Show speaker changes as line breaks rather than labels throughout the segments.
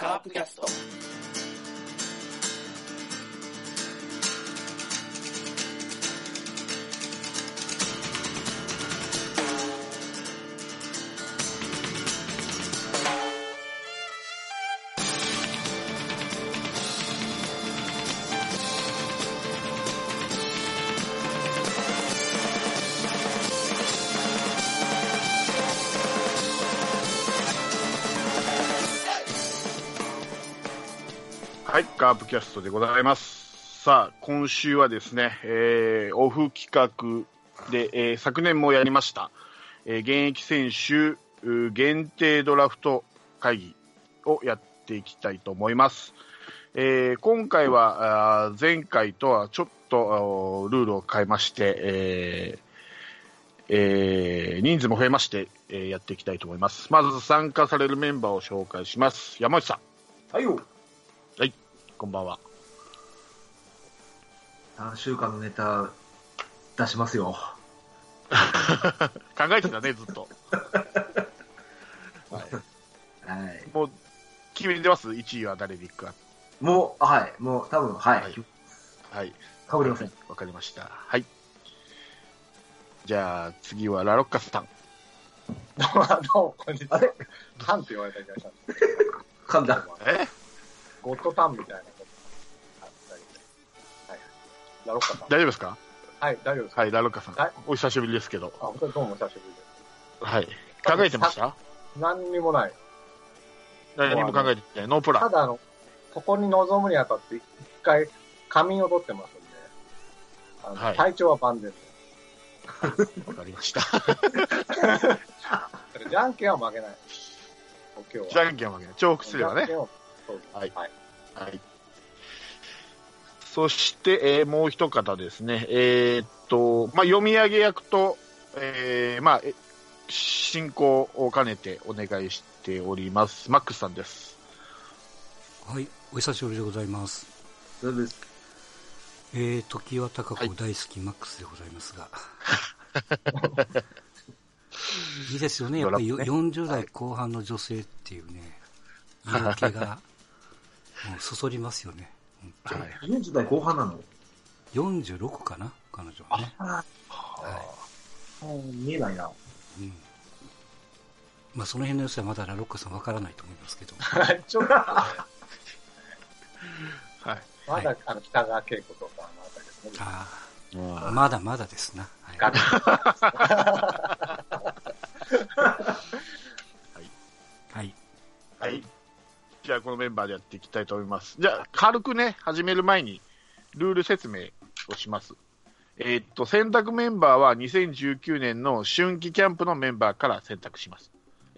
カープキャスト。
はい、カープキャストでございます。さあ、今週はですね、えーオフ企画で、えー昨年もやりました、えー現役選手うー限定ドラフト会議をやっていきたいと思います。えー今回は、あー前回とはちょっとあールールを変えまして、えーえー人数も増えまして、えーやっていきたいと思います。まず参加されるメンバーを紹介します。山内さん、
はいよ。
こんばんは。
3週間のネタ出しますよ。
考えてたね、ずっと。
はい。
もう、決めてます、1位は誰でいくか。
もう、はい。もう、多分、はい。
はいはい。
かぶりません。
わかりました。はい。じゃあ、次はラロッカスさん。
あどうも、こんにちは。
あれ
タンって言われた気がしたんですけ
噛ん
ど
だ。
え
ゴッドタンみたいなことあったり。はい。ラロッカさ
大
ん。
丈夫ですか
はい、大丈夫ですか
はい、ラロッカさん。
はい
お久しぶりですけど。
あ、本当にどうもお久しぶりで
はい。考えてました
す。何にもない。
何も考えてない。ノープラ
た
ン。
だ、あの、ここに臨むにあたって、一回、仮眠を取ってますんで、あの
はい
体調は万全で
わかりました。
す。だからじゃんけんは負けない。今日は。
じゃんけんは負けない。重複すれば
じゃんけ
ね。
んをそうです
はい
はい。
はい。そして、えーもう一方ですね。えーっと、まあ、読み上げ役と、えーまあ、え進行を兼ねてお願いしております。マックスさんです。
はい、お久しぶりでございます。
そうです。
えー、時は高
はい
子大好きマックスでございますが。 いいですよね、やっぱりよ
ドラ
40代後半の女性っていうね、色気 が、もうそそりますよね。
はい。
40代後半なの
46かな、彼女はね。
見えないな。
うんまあ、その辺の良さはまだラロッカさんわからないと思いますけ ど。
ちょっ
はい。
と、まだ、あの、北川景子とか、あのあたりですね。
ああ、
ま
まだまだですな。はい
ガチ
はい。
あはい。じゃあ、このメンバーでやっていきたいと思います。じゃあ、軽くね、始める前に、ルール説明をします。えーっと、選択メンバーは2019年の春季キャンプのメンバーから選択します。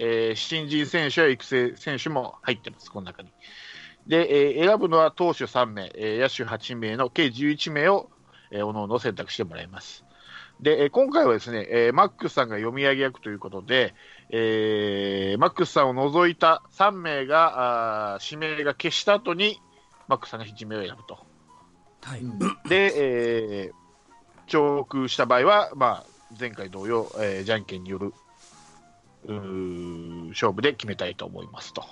えー新人選手や育成選手も入ってます、この中に。で、えー選ぶのは投手3名、えー野手8名の計11名を、えー、おのおの選択してもらいます。で、えー今回はですね、えーマックスさんが読み上げ役ということで、えーマックスさんを除いた3名が、あー指名が消した後に、マックスさんが1名を選ぶと。
はい。
で、えー、重複した場合は、まあ、前回同様、えーじゃんけんによる、うー勝負で決めたいと思いますと。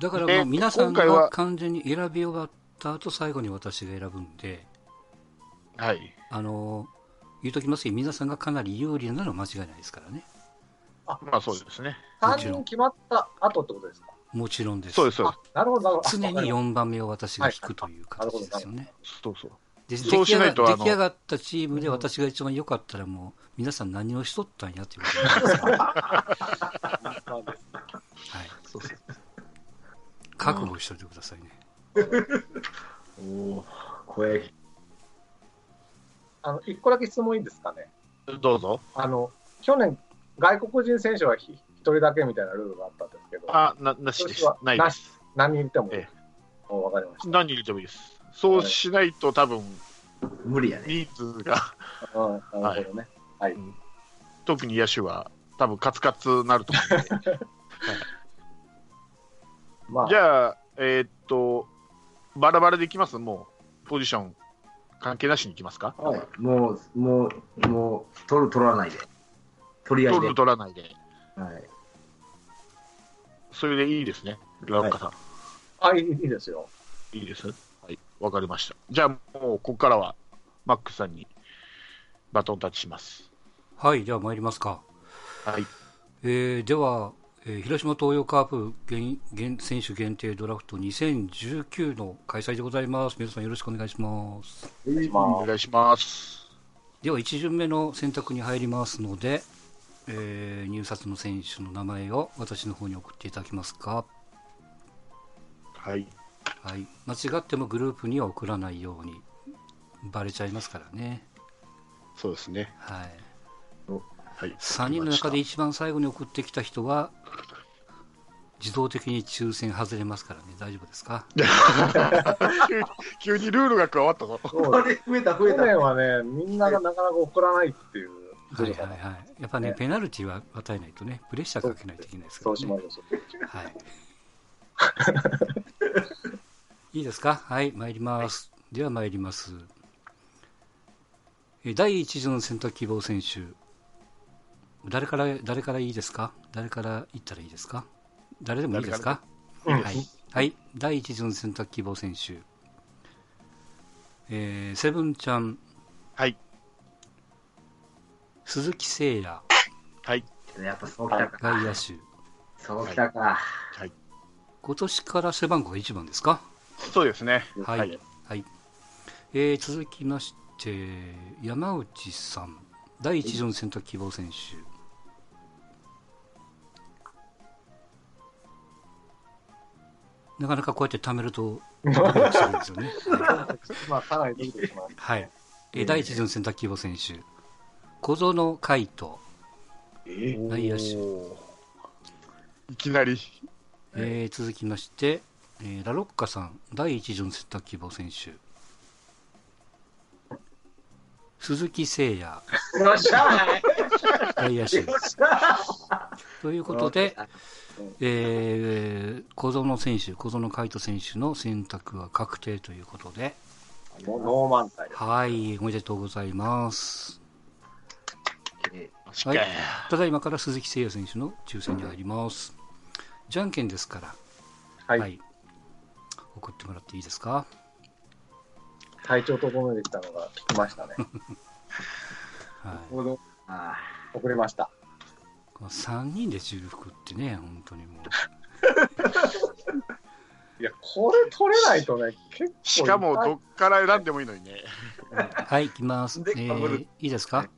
だから
で
もう皆さん
今回は
が完全に選び終わった後、最後に私が選ぶんで、
はい。
あの言うときますけど、皆さんがかなり有利なのは間違いないですからね。
まあ、そうですね。
3人決まった後ってことですか
もちろんです。
そうです、そうで
あ、なるほど、なるほど。
常
あ
に
わかりまし
4番目を私が引くという
はい
形ですよね。
す。そうそう。
で出
そう
来
し
上
な
が
いとあの
出来上がったチームで私が一番良かったらもう、皆さん何をしとったんやということになります から、
た そうです
はい、覚悟しといてくださいね。
おお声。
あの、一個だけ質問いいですかね。
どうぞ。
あの、去年、外国人選手はひ一人だけみたいなルールがあったんですけど、
あ、な、なしです
私は。
ないです。
何人いても
ええ、
おわかりまし
何人いてもいいです。そうしないと多分、
無理やね。
人数が、
た。うん、なるほどね。
特に野手は、多分カツカツになると思うんで。
まあ、
じゃあ、えーっと、バラバラでいきますもう、ポジション、関係なしにいきますか
はい。もう、もう、もう、取る、取らないで。取り合い
取
で。
る、取らないで。
はい。
それでいいですね。ラウカさん。
あ、いいいいですよ。
い、いです。はい。わかりました。じゃあもう、ここからは、マックスさんにバトンタッチします。
はい、じゃあ参りますか。
はい。
えーでは、えー広島東洋カープ現現選手限定ドラフト2019の開催でございます。皆さんよろしくお願いします。
お願いし
お
ます。
願いします。
では1巡目の選択に入りますので、えー入札の選手の名前を私の方に送っていただけますか、
はい。
はい、間違ってもグループには送らないようにバレちゃいますからね、
そうですね。
はい、
はい。
3人の中で一番最後に送ってきた人は自動的に抽選外れますからね大丈夫ですか
急にルールが加わったぞ。
そう
あれ、増えた、増え
去
た。
年はね、みんながなかなか怒らないっていう。
はいはいはいやっぱね
ね
ペナルティは与えないとねプレッシャーかけないといけないですか
そ
ら
うしま
ね
しょう。
はい。い いですかはい、参ります。では参ります。え第1次の選択希望選手。誰から、誰からいいですか誰から言ったらいいですか誰でもいいですか
誰から
はい。はい。第1次の選択希望選手。えーセブンちゃん、
はい。
鈴木誠也、
はい。
やっぱそうきたか。
外野手。
そうきたか。
今年から背番号が1番ですか
そうですね。
はい、は
はいい
えー続きまして山内さん第一条の選択希望選手なかなかこうやって貯めるとするんですよね
まあ、かなり伸びてしまう。
はい、えー第一条の選択希望選手小園海斗、
え
内野手
おーいきなり。
えー続きまして、えーラロッカさん第一条の選択希望選手鈴木誠也
よっしゃ
外野手
よっしゃ
ということで、えー、小園選手、小園海斗選手の選択は確定ということで、
ノーマンタイです。
はい、おめでとうございます。
確かに
はいただいまから鈴木誠也選手の抽選に入ります。じゃんけんですから、
はい
送ってもらっていいですか。
体調整えてきたのが来ましたね。
はい、
あ
遅れました。
この3人で重複ってね、本当にもう。
いや、これ取れないとね、結構。
しかも、どっから選んでもいいのにね。
はい、行きます。え
で被る
ーいいですか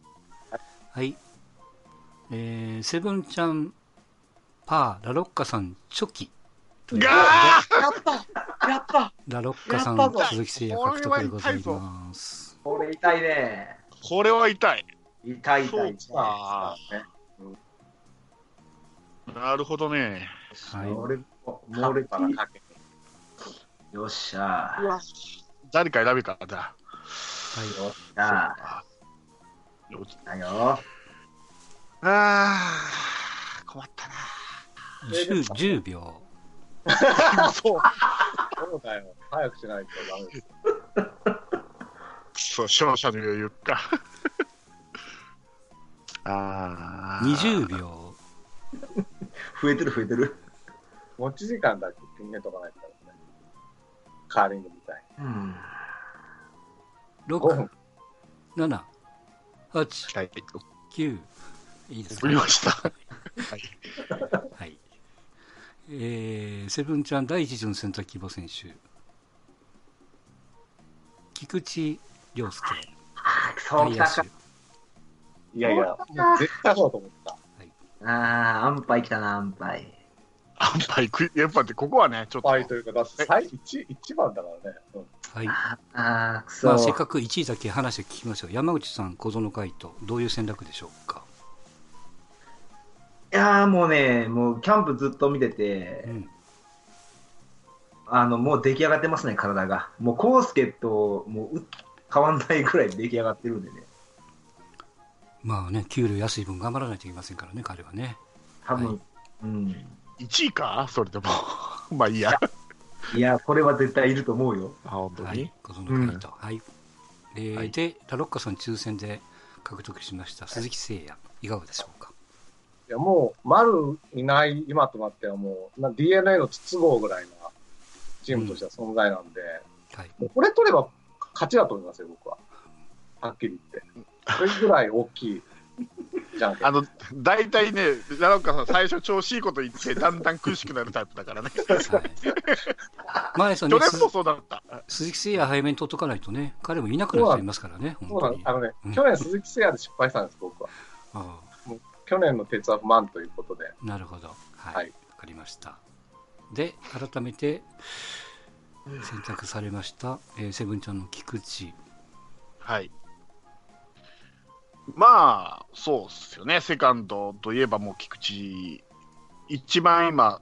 はい。えー、セブンちゃん、パー、ラロッカさん、チョキ。ということで
やったやった
ラロッカさん
やったぞ、
鈴木誠也獲得でございます。
これ痛いね。
これは痛い。
痛い痛
そう
い。
か。なるほどね。
はい
俺も、
モ
も
ー
う
ルから
俺、
かけ
よっしゃ
誰か選べかだ。
はい。
よっし
よ
ゃだよ。
あー、困ったな。
10, 10秒。
そう。
そうだよ。早くしないとダメです。
そう、勝者の余裕か。 あー。
20秒。
増えてる増えてる。
持ち時間だけ決めとかないとダメですね。カーリングみたい
うん。
5分
6、7、8、
はい、
9。いいです
送
か
りました。
はい。えー、セブンちゃん第一次の選択希望選手。菊池涼介。
あ、そう
外
き
野
たか
手。。
に。いやいや、もう絶対そうと思った。
ああ、安牌来たな、安牌。
アンパイ食い、やっぱって、ここはね、ちょっと。
パイというか、だって最一一番だからね。うん
はい。
ああ、くそ。
まあ、せっかく1位だけ話を聞きましょう。山内さん、小園海斗、どういう戦略でしょうか。
いやーもうね、もうキャンプずっと見てて
う、ん。
あの、もう出来上がってますね、体が。もう、コウスケと、もう、う変わんないくらい出来上がってるんでね。
まあね、給料安い分頑張らないといけませんからね、彼はね。
多分、
は
うん。
1位かそれでも。 まあいいや。
いや、これは絶対いると思うよ。
あ、本当
は
に
い。。小園海斗。はい。えー
はい
で、ラロッカさん抽選で獲得しました鈴木誠也、いかがでしょうか。
いや、もう、丸いない今となってはもう、な DNA の筒号ぐらいなチームとしては存在なんで、
はい。
もうこれ取れば勝ちだと思いますよ、僕は。はっきり言って。それぐらい大きい。じゃんけん
あの、大体ね、奈良岡さん、最初調子いいこと言って、だんだん苦しくなるタイプだからね。去
はい、まあそうね、
年も
す
そうだった。
鈴木誠也早めに取っとかないとね、彼もいなくなっちゃいますからね、
そうな
本当
ん
に。
あのね
うん、
去年鈴木誠也で失敗したんです、僕は。
あ
去年の鉄は不満ということで。
あなるほど。はい。わ、
はい
かりました。で、改めて選択されました、えーセブンちゃんの菊池。
はい。まあ、そうっすよね。セカンドといえばもう菊池、一番今、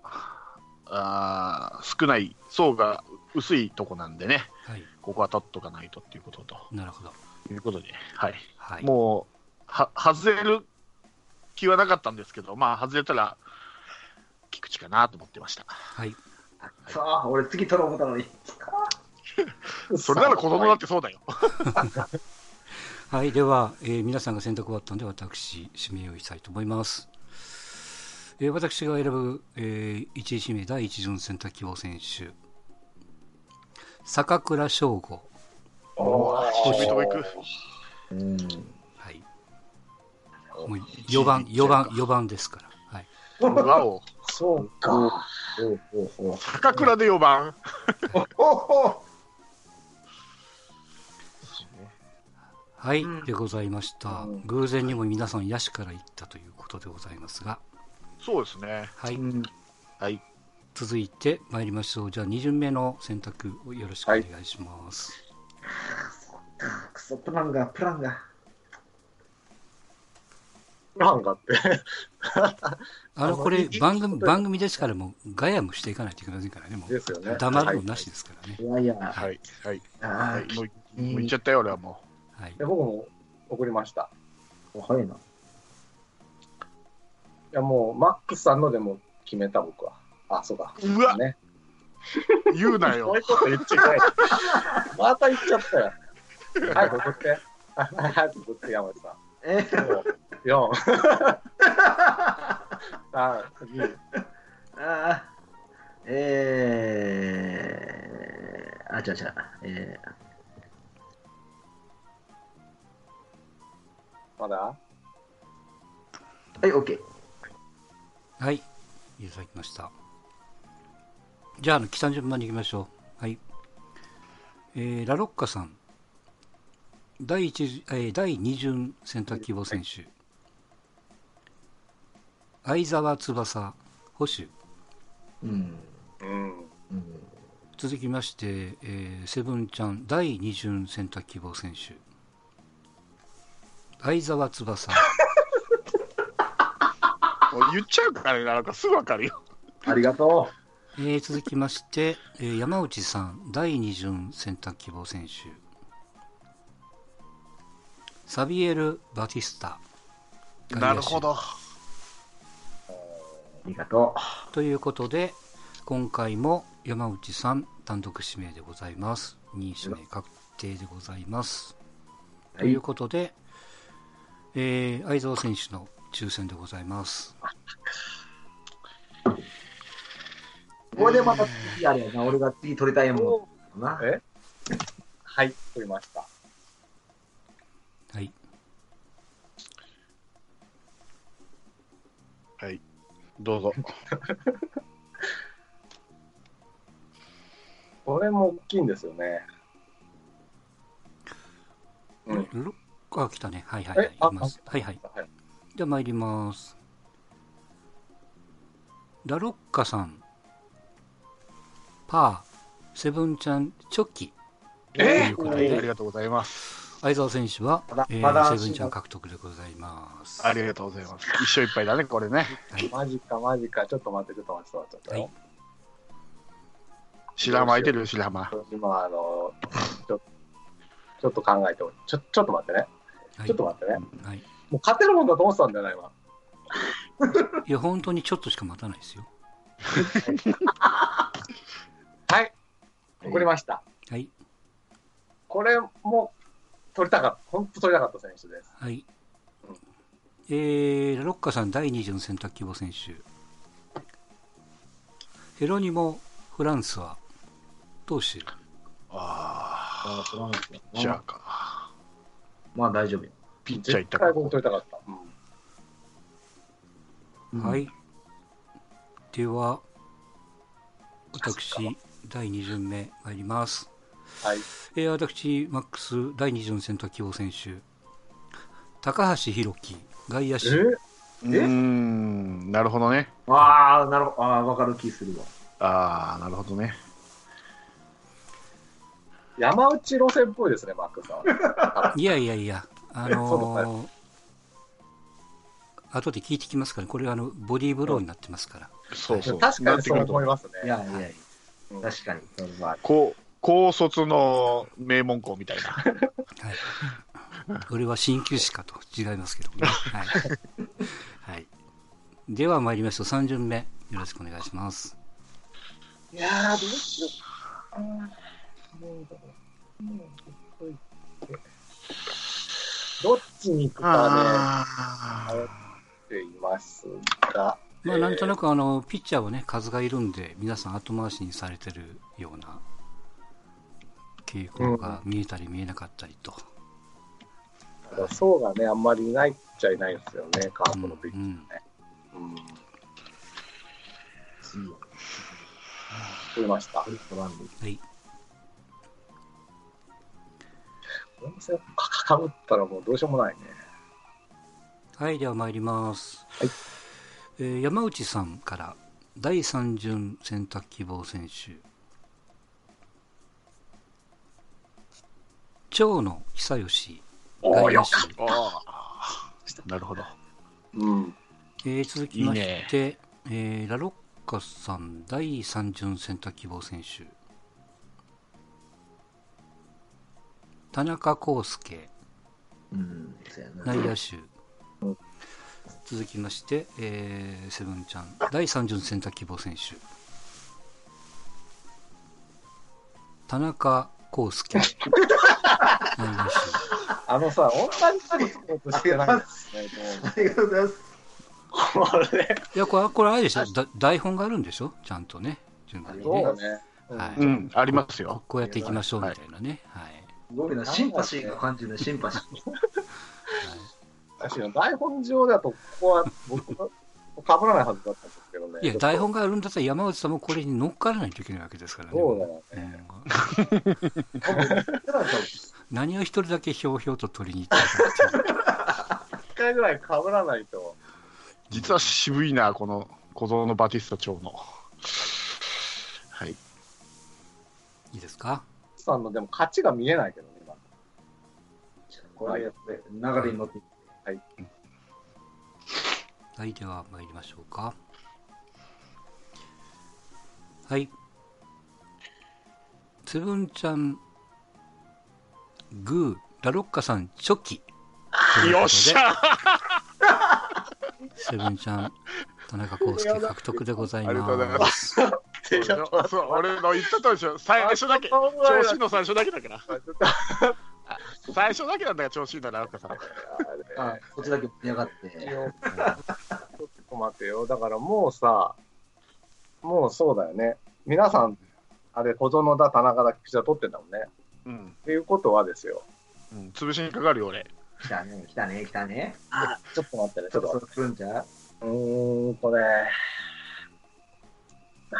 あー少ない、層が薄いとこなんでね、
はい。
ここは取っとかないとっていうことと
なるほど。
いうことで、はい。
はい。
もう、は、外れる気はなかったんですけど、まあ、外れたら、菊池かなと思ってました。
はい。
さあ、俺次取ろう思ったのに。
それなら子 供だってそうだよ。
はい。では、えー皆さんが選択終わったので、私、指名をしたいと思います。えー私が選ぶ、え1位指名第1巡選択希望選手。坂倉翔吾。
おー
おー
渋いとこ行く。
うん。
はい。もう4番、4番、4番ですから。はい。
わお。
そうか。
おうおうおう
高倉で4番。
はい、
うん
でございました。
うん
偶然にも皆さん、野手から行ったということでございますが。
そうですね。
はい。
うん
はい。
続いて参りましょう。じゃあ、2巡目の選択をよろしくお願いします。
クソプランが、プランが。
なんかって。
あの、これ、番組、
で
番組ですから、もう、ガヤもしていかないといけませんからね。もう、
ですよね。
黙るの
はい
なしですからね。
いやいや、
はい。はい。
あ
はい、もうもう行っちゃったよ、俺はも
はい。
で僕も送りました。
あ、早いな。
いや、もう、マックスさんのでも決めた、僕は。あ、そうか。
う。うわ、
ね。
言うな
こう
よ
い。うこと言っちゃいけない。 また言っちゃったよ。早く送って。 早く送って、山内さん。
えー、
4、3、2、
あーえー、あ、違う違う。え
まだ
ー、はい、OK。
はい。いただきました。じゃあ、あの、来た順番に行きましょう。はい。えー、ラロッカさん。第一、えー、第二巡選択希望選手。相沢翼、保守。
うん。
うん。
うん。
続きまして、えー、セブンちゃん、第二巡選択希望選手。相沢翼、
もう言っちゃうからね、なんかすぐわかるよ。
ありがと
えー、続きまして、えー、山内さん第2巡選択希望選手サビエル・バティスタ
なるほど。
ありがと
ということで今回も山内さん単独指名でございます2位指名確定でございます、
う。
ということで、えー、相沢選手の抽選でございます
これでまた次あれやな、俺が次取りたいもんな
え。はい、取りました。
はい
はい。どうぞ。
これも大きいんですよね。うん。はい
ロあ来たねはいはいはい
えあ
いますはいはいじゃあ参ります。ラロッカさん、パー、セブンちゃん、チョキ、
ということ
え
で、
ー
ありがとうございます。
相沢選手は
まだ、
えー
まだ
セブンちゃん獲得でございます。
ありがとうございます。一生いっぱいだね、これね。
マジか、マジか。ちょっと待って、ちょっと待って、ちょっと待って。
はい
白浜空いてるよ、白浜。
今、あの、ちょちょっと考えて、ちょ、ちょっと待ってね。
はい
ちょっと待ってね。
はい、
もう勝てるもんだと思ってたんだよな、今。
いや、本当にちょっとしか待たないですよ。
はい。送りました。
はい、
これも取りたかった。本当取りたかった選手です。
はい。ええーラロッカさん第2次の選択希望選手ヘロニモ・フランスは投手
あ
ああ、そうなんですね
あ、じゃあか。
まあ大丈夫よ。
ピッチャーいっ
絶
たか
対
ら。
取りたかった。
は
うん。
い。では、私、第2巡目参ります。
はい。
えー私、マックス、第2巡選択希望選手、高橋宏樹、外野
え
手、
うーん、なるほどね。
ああ、なるほど。ああ、わかる気するわ。
ああ、なるほどね。
山内路線っぽいですね、マックさん。
いやいやいや、あ
そう
のー、後で聞いてきますから、これはあのボディーブローになってますから、
そうそう。
確か
な
に
って
そ
く
う
ると
思います
い
ね。
やいやいや、
うん
確かに。それは
こう高卒の名門校みたいな。
はい、 俺は鍼灸師かと違いますけどね。はいはい、では参りましょう、3巡目、よろしくお願いします。
いやー、どうしよう。うんどっちに行くか
あ
ね、迷っていますが、
まあ、
えー
なんとなくあのピッチャーはね数がいるんで皆さん後回しにされてるような傾向が見えたり見えなかったりと、
層がね、あんまりいないっちゃいないですよね、カー
う
プ
ん
のピッチ
うん
ャー。うん。
次よ。
取りました
こ。れ取らんでいい
はい、
これもせかぶったらもうどうしようもないね。
はい、では参ります、
はい
えー山内さんから第3巡選択希望選手長野久義、
お
外野
よ。
手
ーあー。なるほど。
うん。
えー続きましてえーラロッカさん第3巡選択希望選手田中康介
うん、そうやな。
内野手、続きまして、えーセブンちゃん第3巡選択希望選手田中康 介内野手
あのさ、同じことしようとしてないんですね。
ありがとうございます。
もうこれ。
いやこれこれあれでしょだ台本があるんでしょちゃんとね順番にね
そうね。うん
はい
うん、ありますよ
こ。こうやっていきましょうみたいなね、はい
すごいな、シンパシーが感じるね、シンパシー。
確かに台本上だと、ここは僕が被らないはずだったんですけどね。
いや、台本があるんだったら山内さんもこれに乗っからないといけないわけですからね。
そうだよね。
う
だ
ん
から多分
何を一人だけひょうひょうと取りに行ったかっていう
一回ぐらい被らないと。
実は渋いな、この小僧のバティスタ長の。はい。
いいですか
さんのでも勝ちが見えないけどね、今。
これやって、流れに乗っていって。
はい、では参りましょうか。はい。つぶんちゃん、グー、ラロッカさん、チョキ。
よっしゃあ
セブンちゃん、田中康介獲得でござい
りがとうござい
ま。
ますす。そう、俺の言ったとおりでしょ。最初だけ、調子の最初だけだから。最初だけなんだよ、調子いいんだな、ラッカさん。
あ、こっちだけ盛り上がって。
ちょっと待てよ。だからもうさ、もうそうだよね。皆さん、あれ、小園だ、田中だ、ピッチャー取ってんだもんね。
うん、
っていうことはですよ。
うん、潰しにかかるよ、俺。
来たね、来たね、来たね。
ちょっと待ってね、
ちょっとそれ来るんちゃう
うーん、これ。あ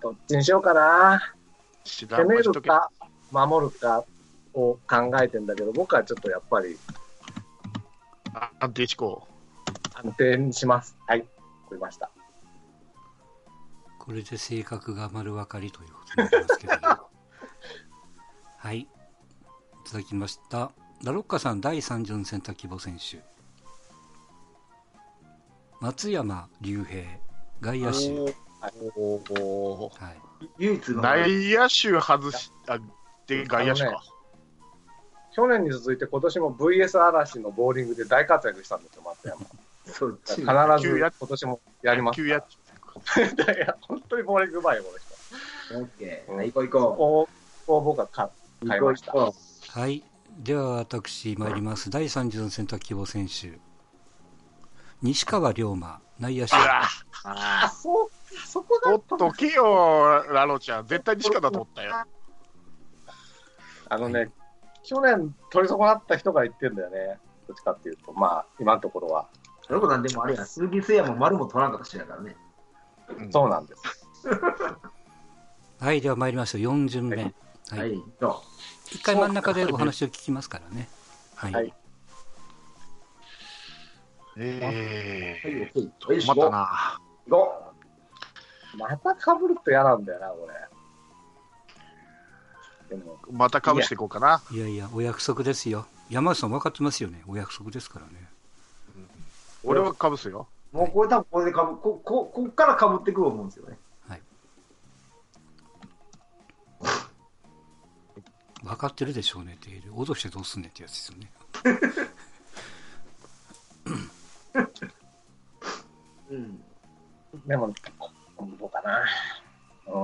ーどっちにしようかな。
知ら
攻
ん
め
わし
る
とけ
か、守るかを考えてんだけど、僕はちょっとやっぱり
あ安定志向。
安定にします。はい、取りました。
これで性格が丸分かりということになりますけどもはい。いただきました。ラロッカさん第3巡選択希望選手。松山竜平、外野手。
お
はい。
唯一の。
内野手外し、あ、で、外野手
あの
か。
去年に続いて今年も VS 嵐のボーリングで大活躍したんですよ、松山。
そっち。
必ず今年もや ります。
球や、
いや本当にボーリングうまいよ、この人。
オッケー。はい、行こう行こ
ここを僕は買
う。
買いました
行こう行こ
はい。では私参ります。第3巡選択希望選手。西川龍馬、内野手
う。わ
あ、そう、そこが
取っとけよ、ラロちゃん。絶対にしかだと思ったよ。
あのね、去年取り損なった人が言ってんだよね。どっちかっていうと、まあ、今のところは。
ロコさん、でもあれや、鈴木誠也も丸も取らんかったしだからね。
うん
そうなんです。
はい、では参りましょう。4巡目。は。
はいい、ど
一回真ん中でお話を聞きますからね。はい。
はい
え
う。はい、
え
OK。
ー、困ったな。
どまた被ると嫌なんだよな、これ。でも、
またかぶしていこうかな。
いやいや、お約束ですよ。山内さん分かってますよね。お約束ですからね。
俺はかぶすよ。
もうこれ多分これでかぶ、こ、こ、こっからかぶってくると思うんですよね。
分かってるでしょうねっていう。脅してどうすんねんってやつですよね。
うん。
でも、今度かな。う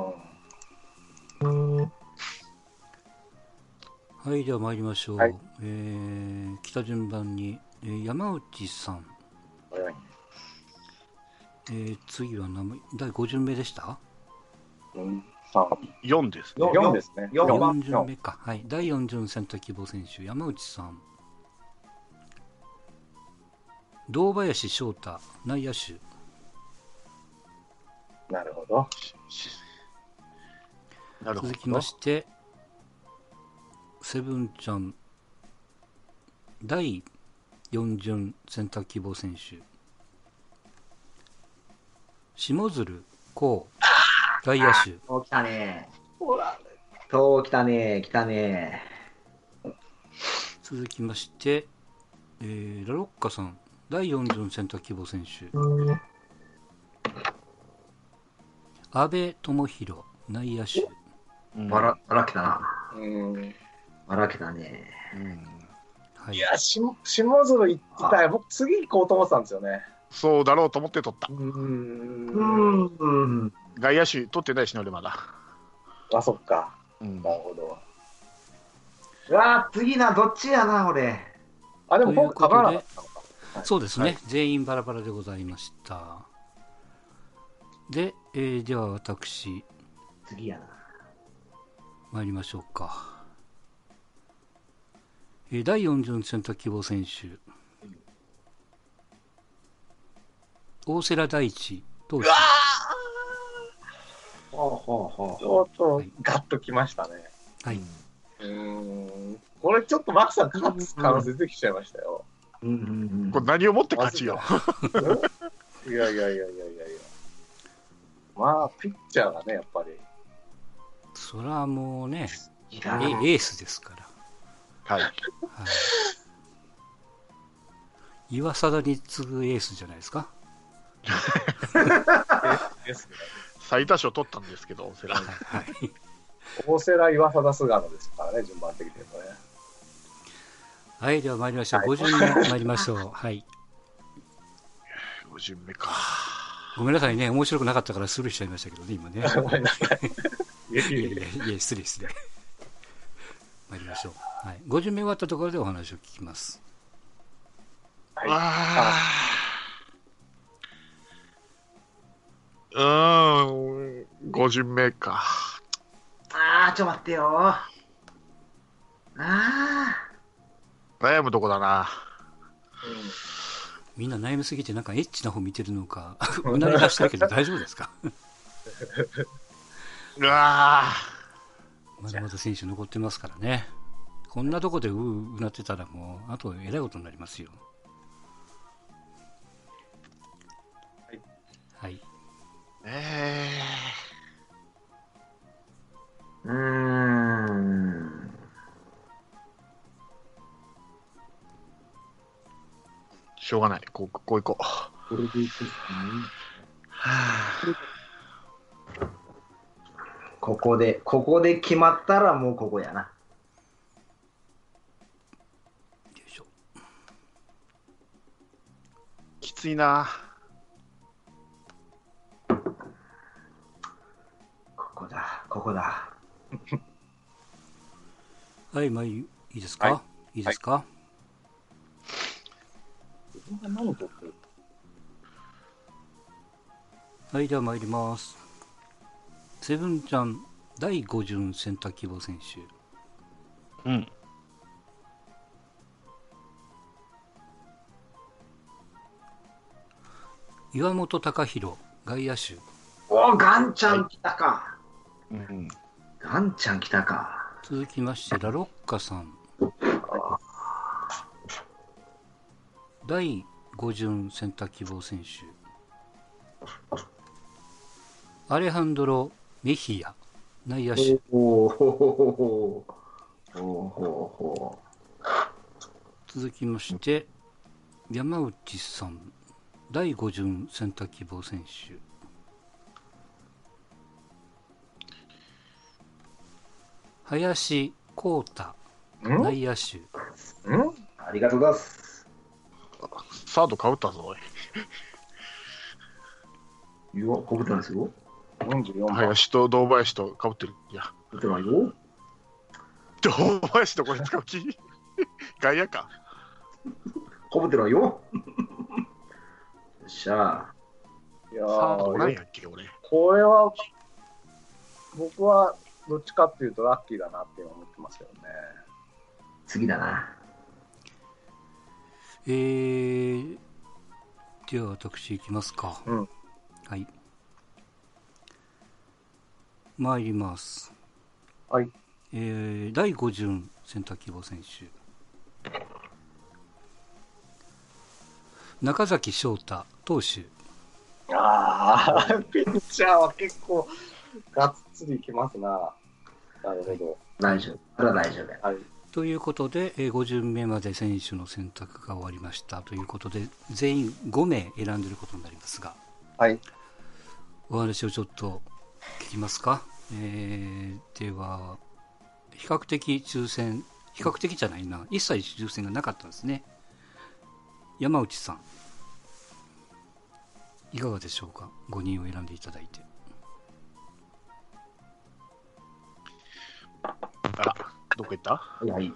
はい、では参りましょう。
はい
えー、来た順番に、えー山内さん、
ん。うん
えー次は名前、第5巡目でした
うん、さあ、
4です。
よ
4ですね。
よ
四
番
4巡目か。はい、第4巡選択希望選手、山内さん。堂林翔太、内野手。
なるほど。
なるほ
続きま
ど。
して、セブンちゃん、第4巡選択希望選手、下鶴こう外野手、
お、来たね。
ほら、
と、来たね、来たね。
続きまして、えーラロッカさん、第4巡選択希望選手、阿部智弘、内野手、
うん
ばら、ばらけたな。
うん。
ばらけたね。
うん
はい
い、や、し下鶴行ってたよ。僕、次行こうと思ってたんですよね。
そうだろうと思って取った。
う
うん。
ん、うん。
外野手取ってないしね、俺まだ。
あ、そっか。
うん
なるほど。
うわー、次な、どっちやな、俺。
あ、でも今回被らなかったのか。
そうですね、
はい
全員バラバラでございました。で、えーでは私、
次やな。
参りましょうか。えー第4巡選択希望選手、大瀬良大地投手、
ほうほうほ
ちょっと、ガッときましたね。
はい、
うん。これ、ちょっとマックさん勝つ可能性出てきちゃいましたよ。
う。うん、うん、うん。
これ何をもって勝ちよ。
いやいやいやいやいやいや。まあ、ピッチャーがね、やっぱり。
それはもうね、
いい
えエ
な
うん
ースですから。
はい。
はい、岩貞に次ぐエースじゃないですか。
ですね。
最多勝取ったんですけど、セラ
はいはい、
大瀬良岩貞菅野ですからね、順番的にもね。
はい、では参りましょう。
はい
5巡目参りましょう。はい。
5巡目か。
ごめんなさいね、面白くなかったからスルーしちゃいましたけどね、今ね。
いやい
い
やい
やい
や
やいや、失礼失礼。参りましょう。はい。50名終わったところでお話を聞きます。
はい
ああ。うーん、5巡目か。
あー、ちょ、待ってよああ
悩むとこだな。
みんな悩みすぎて、なんかエッチな方見てるの か、うなり出してるけど大丈夫ですか
うわあ。
まだまだ選手残ってますからね。こんなとこでうううなってたらもう、あとえらいことになりますよ。
はい。
はい。
え
ー。うーん。
えしょうがない。こう、こう行こう。
これでいくしかない ここで、ここで決まったらもうここやな。
よいしょ。
きついな。
ここだ、ここだ。
はい、まあいいいいですか、、
はい
いですか、
自分が何取ってる
はい、では参ります。セブンちゃん、第5巡選択希望選手。
うん。
岩本隆弘、外野手。
おーガンちゃん来たか。
うん。
ガンちゃん来たか。
続きまして、ラロッカさん。第5巡選択希望選手。アレハンドロ・メヒア、内野手。
おーほほほほ。おーほほ
続きまして、山内さん。第5巡選択希望選手。林浩太、
んん
内野手。
ありがとうございます。
サードかぶったぞ、おい。
いや、かぶってないですよ。
?44 番。
林と堂林とかぶってる。いや、
かぶってないよ。
堂林とこれ使う気 外野か。
かぶってないよ。 よっしゃ。
いや
サードなん
ー
やっけ、俺。
これは、僕はどっちかっていうとラッキーだなって今思ってますけどね。
次だな。
えー、では私行きますか。
うん
はい。参ります。
はい。
えー、第5巡選択希望選手。中崎翔太投手。
ああ、ピッチャーは結構がっつりいきますな。なるほ
大丈夫。これは大丈夫だよ。
ど。はい。
ということで、えー5巡目まで選手の選択が終わりましたということで、全員5名選んでることになりますが、
はい。
お話をちょっと聞きますか。えーでは、比較的抽選、比較的じゃないな、一切抽選がなかったんですね。山内さん、いかがでしょうか、5人を選んでいただいて。
あら、どこ行った
はいはい。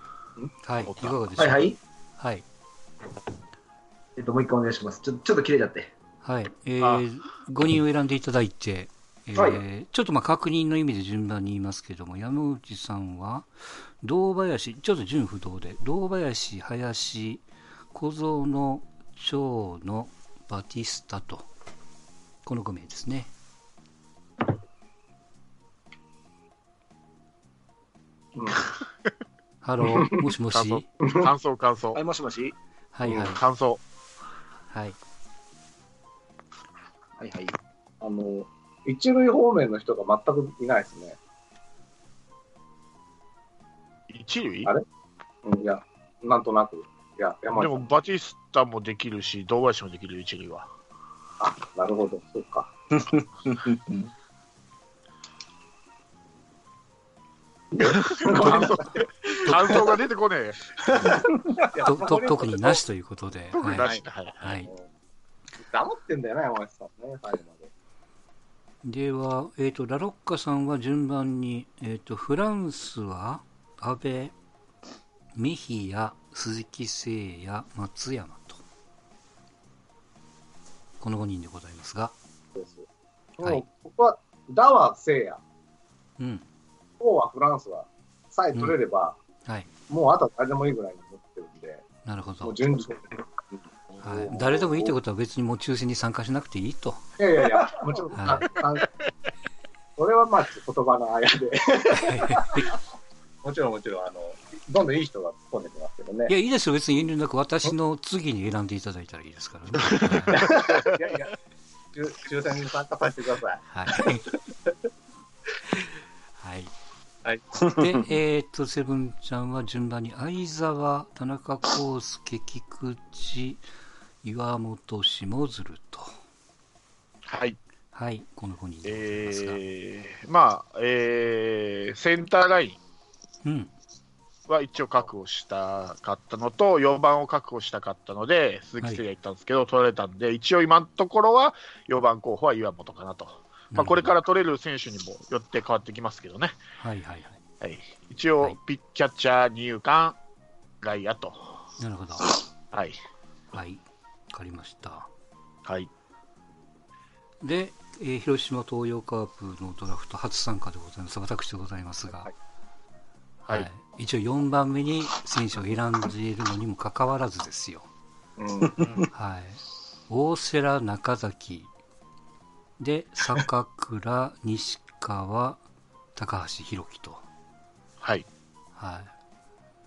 はい、いかがでしょ
はい
うか。
はい。
はい、
えっと、もう一回お願いします。ちょちょっと切れちゃって。
はい、え
あ
ー、5人を選んでいただいて、えー
は
ちょっとまあ確認の意味で順番に言いますけども、山内さんは、堂林、ちょっと順不同で、堂林、林、小園、長野、バティスタと、この5名ですね。
うん
ハロー、もしもし。
感 想感想、感想。
い、もしもし。
はいはい。
感想。
はい。
はいはい。
あの、一塁方面の人が全くいないですね。
一塁
あれうん、いや、なんとなく。いや、山
で
内
も、バティスタもできるし、堂林もできる、一塁 は。
あ、なるほど、そうか。
感想、感想が出てこねえ。
とと特になしということで。
特になし。はい
はい。はい
黙ってんだよね、山内さんね、最後まで。
では、えー、とラロッカさんは順番に、えー、とフランスは安倍、ミヒヤ、鈴木誠也、松山とこの5人でございますが、はい
もう僕は、ダは聖夜、
うん
王はフランスは、さえ取れれば、
はい、
もうあとは誰でもいいぐらいに思ってるんで、
なるほ
も
ど
う、順次、
はい、誰でもいいって
こ
ことは別にもう抽選に参加しなくていいと、
といやいやいや、もちろん、
は
あ
い
あそれはまあ、言葉のあや で、もちろんもちろん、あの、どんどんいい人が突っ込んできますけどね
い。や、いいですよ、別に遠慮なく私の次に選んでいただいたらいいですからね。
いやいや、抽抽選に参加させてください。
はい。はい。
はい
で、えっと、セブンちゃんは順番に、相沢、田中康介、菊池、岩本、下鶴と。
はい。
はい、この5人でございますが。
えー、まあ、えー、センターライン
うん。。
は一応確保したかったのと、4番を確保したかったので、鈴木誠也行ったんですけど、取られたんで、一応今のところは4番候補は岩本かなと。まあ、これからら取れる選手にもよって変わってきますけどね。
はいはい
は
はい。
い、一
は
応
い、
ピッキャッチャー、二遊間、外野と。
なるほど。
はい。
はい。わかりました。
はい。
で、えー広島東洋カープのドラフト初参加でございます。私でございますが、
はい
はい一応4番目に選手を選んでいるのにもかかわらずですよ。
うん。
はい、大瀬良、中崎で坂倉、西川、高橋宏樹と、
はい。
は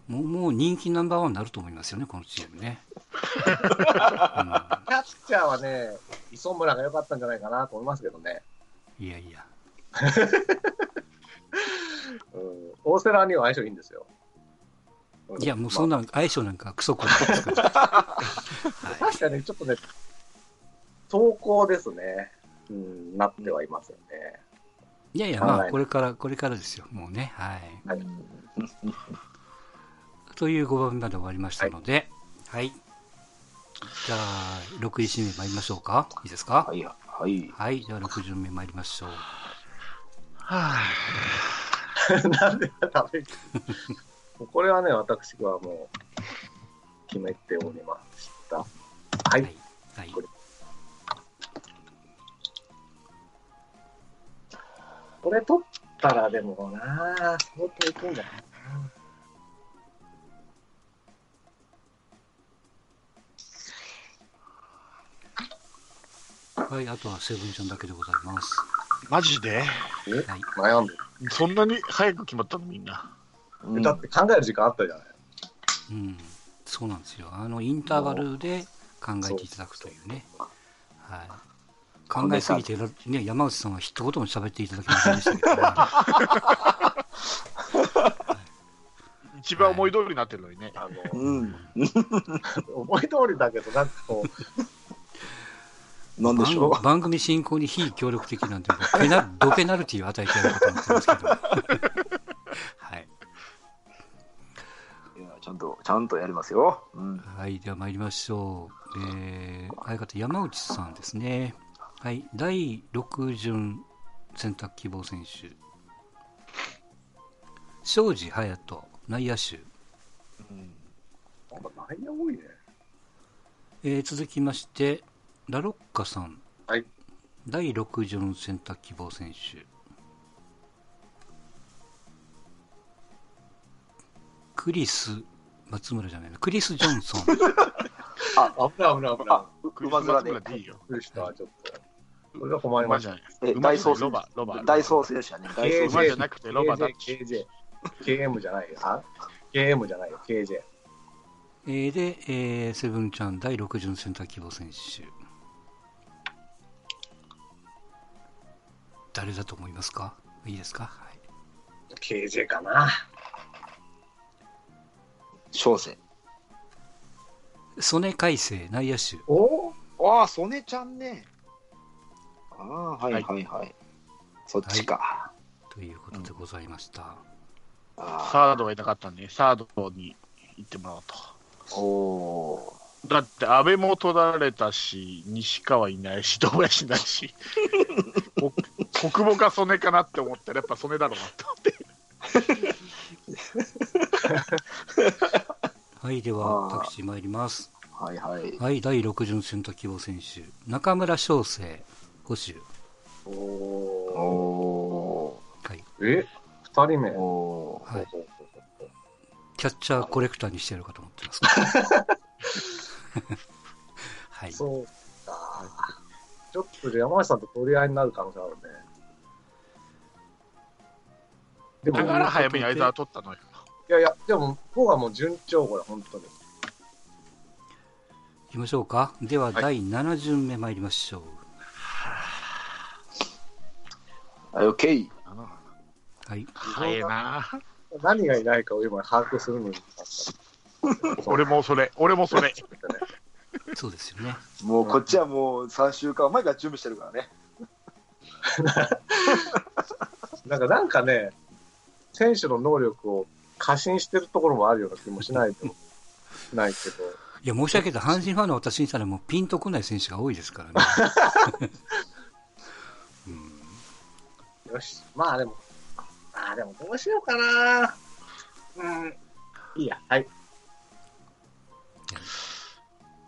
い、もうもう人気ナンバーワンになると思いますよね、このチームね。
キャッチャーはね、磯村が良かったんじゃないかなと思いますけどね。
うん、いやいや、
うん。大瀬良には相性いいんですよ。う
いやもうそん
ま
なの相性なんかクソこないですから。
あ確かにちょっとね、投稿ですね。うん、なってはいますよね。
いやいや、
はい
まあこれから、これからですよ、もうね。はい。
はい。
という5番まで終わりましたので、はい。じゃあ、6位指名参りましょうか。いいですか
はい、はい。
はい。じゃあ、6巡目参りましょう。
なんでダメこれはね、私はもう、決めておりました。はい。
はいはい。
これ取ったらでもなぁ、相当いくんじゃない
はい。あとは、セブンちゃんだけでございます。
マジで
はい。
悩んでる、
そんなに早く決まったのみんな。
うん
だって考える時間あったじゃない。
うん。そうなんですよ。あの、インターバルで考えていただくというね。はい。考えすぎてら、ね、山内さんは一言も喋っていただけませんでしたけど、
一番思い通りになってるのにね。
あ
う
の、
ん。
思い通りだけど、なんかこう、
なんでしょう
番。番組進行に非協力的なんで、ペナドペナルティを与えてやることになってますけど。 はい。
いやちゃんと、ちゃんとやりますよ。うん。
はい。では参りましょう。えー、相方山内さんですね。はい。第6巡選択希望選手。庄司隼人、内野手。
なんか内容多いね。
えー続きまして、ラロッカさん。
はい
第6巡選択希望選手。クリス、松村じゃないな、クリス・ジョンソン。
あ、危ない危ない危な
あ、う馬面
クリスマスぐらい。
で
でいいよ
い。。びっくりした、ちょっと。これは困り
馬
まし
じ
た。
ゃない。
え、
馬
大
じゃ
創
ないロ
選
バ、ロバ。
手。大創選手やね。大
馬
創
じゃない馬じゃ
選
なくてロバだ
KJ、KJ。KM じゃないよ。あ ?KM じゃないよ、KJ。
えーで、えーセブンちゃん第6巡選択希望選手。誰だと思いますかいいですか、はい
KJ かな。
手。小生。
曽根海星、内野手。
お
ああ、曽根ちゃんね。ああ、はいはいはい。そっちか。
ということでございました。
あ
サードが痛かったんで、サードに行ってもらおうと。
あ、おー。
だって、安倍も取られたし、西川いないし、堂林いないし、お国母か曽根かなって思ったら、やっぱ曽根だろうなと。
はい、では、
あー
私参ります。
はいはい。
はい、第6巡選択希望選手、中村翔成、捕手。
お
お
お
はい、
え二人目
ー。おー。
はい、キャッチャーコレクターにしてやるかと思ってます。はい、
そうか。ちょっと山内さんと取り合いになる可能性あるね。でも、
だから
い
早めに相沢取ったのよ。
やいや、でも、こうはもう順調、これ、本当に。
行きましょうか。では、
はい
第7巡目参りましょう。
はい、オッケー。
はい、
早いなぁ
何がいないかを今把握するのに。
俺もそれ、俺もそれ。
そうですよね。
もうこっちはもう3週間前から準備してるからね。
なんか、なんかね、選手の能力を過信してるところもあるような気もしないと、ないけど。
いや、申し訳ない。阪神ファンの私にしたらもうピンとこない選手が多いですからね。うん
よし。まあでも、ああでもどうしようかな。うん。いいや、はい。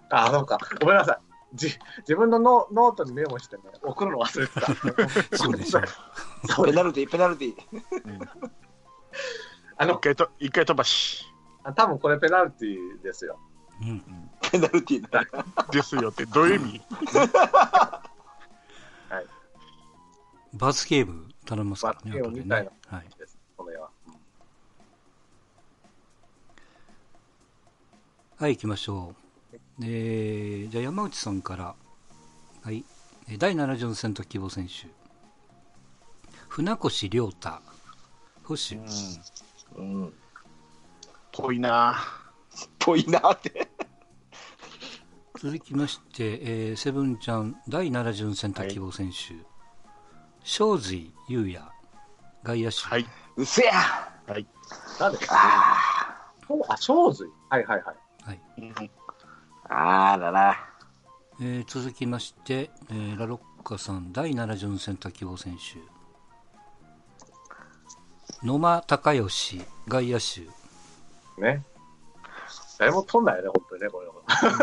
ああ、そうか。ごめんなさい。じ自分のノノートにメモしてね、送るの忘れてた。
そうでしょう。
そう
ペナルティー、ペナルティー。
あ
一
の、
回と、一回飛ばし。
あ多分これペナルティですよ。
うん。
ペナルティーだ。
ですよって、どういう意味
罰ゲーム頼みますからね、
罰ゲーム
後で
みたい
ね
な。
はい。
この絵は。
はい、行きましょう。えーじゃあ山内さんから、はい、えー第74戦と希望選手、船越亮太、保守、
うん。
ぽいな
ぽいなって。
続きまして、えーセブンちゃん、第74戦と希望選手、庄司優也、外野手、
はい。
うせや
はい。
誰
あ
そうあ、正髄。はいはいはい。
うん
ーあーらら。
えー続きまして、えーラロッカさん、第74戦と希望選手、野間隆義、外野手、
ね。誰も取んないよね、本当にね、これ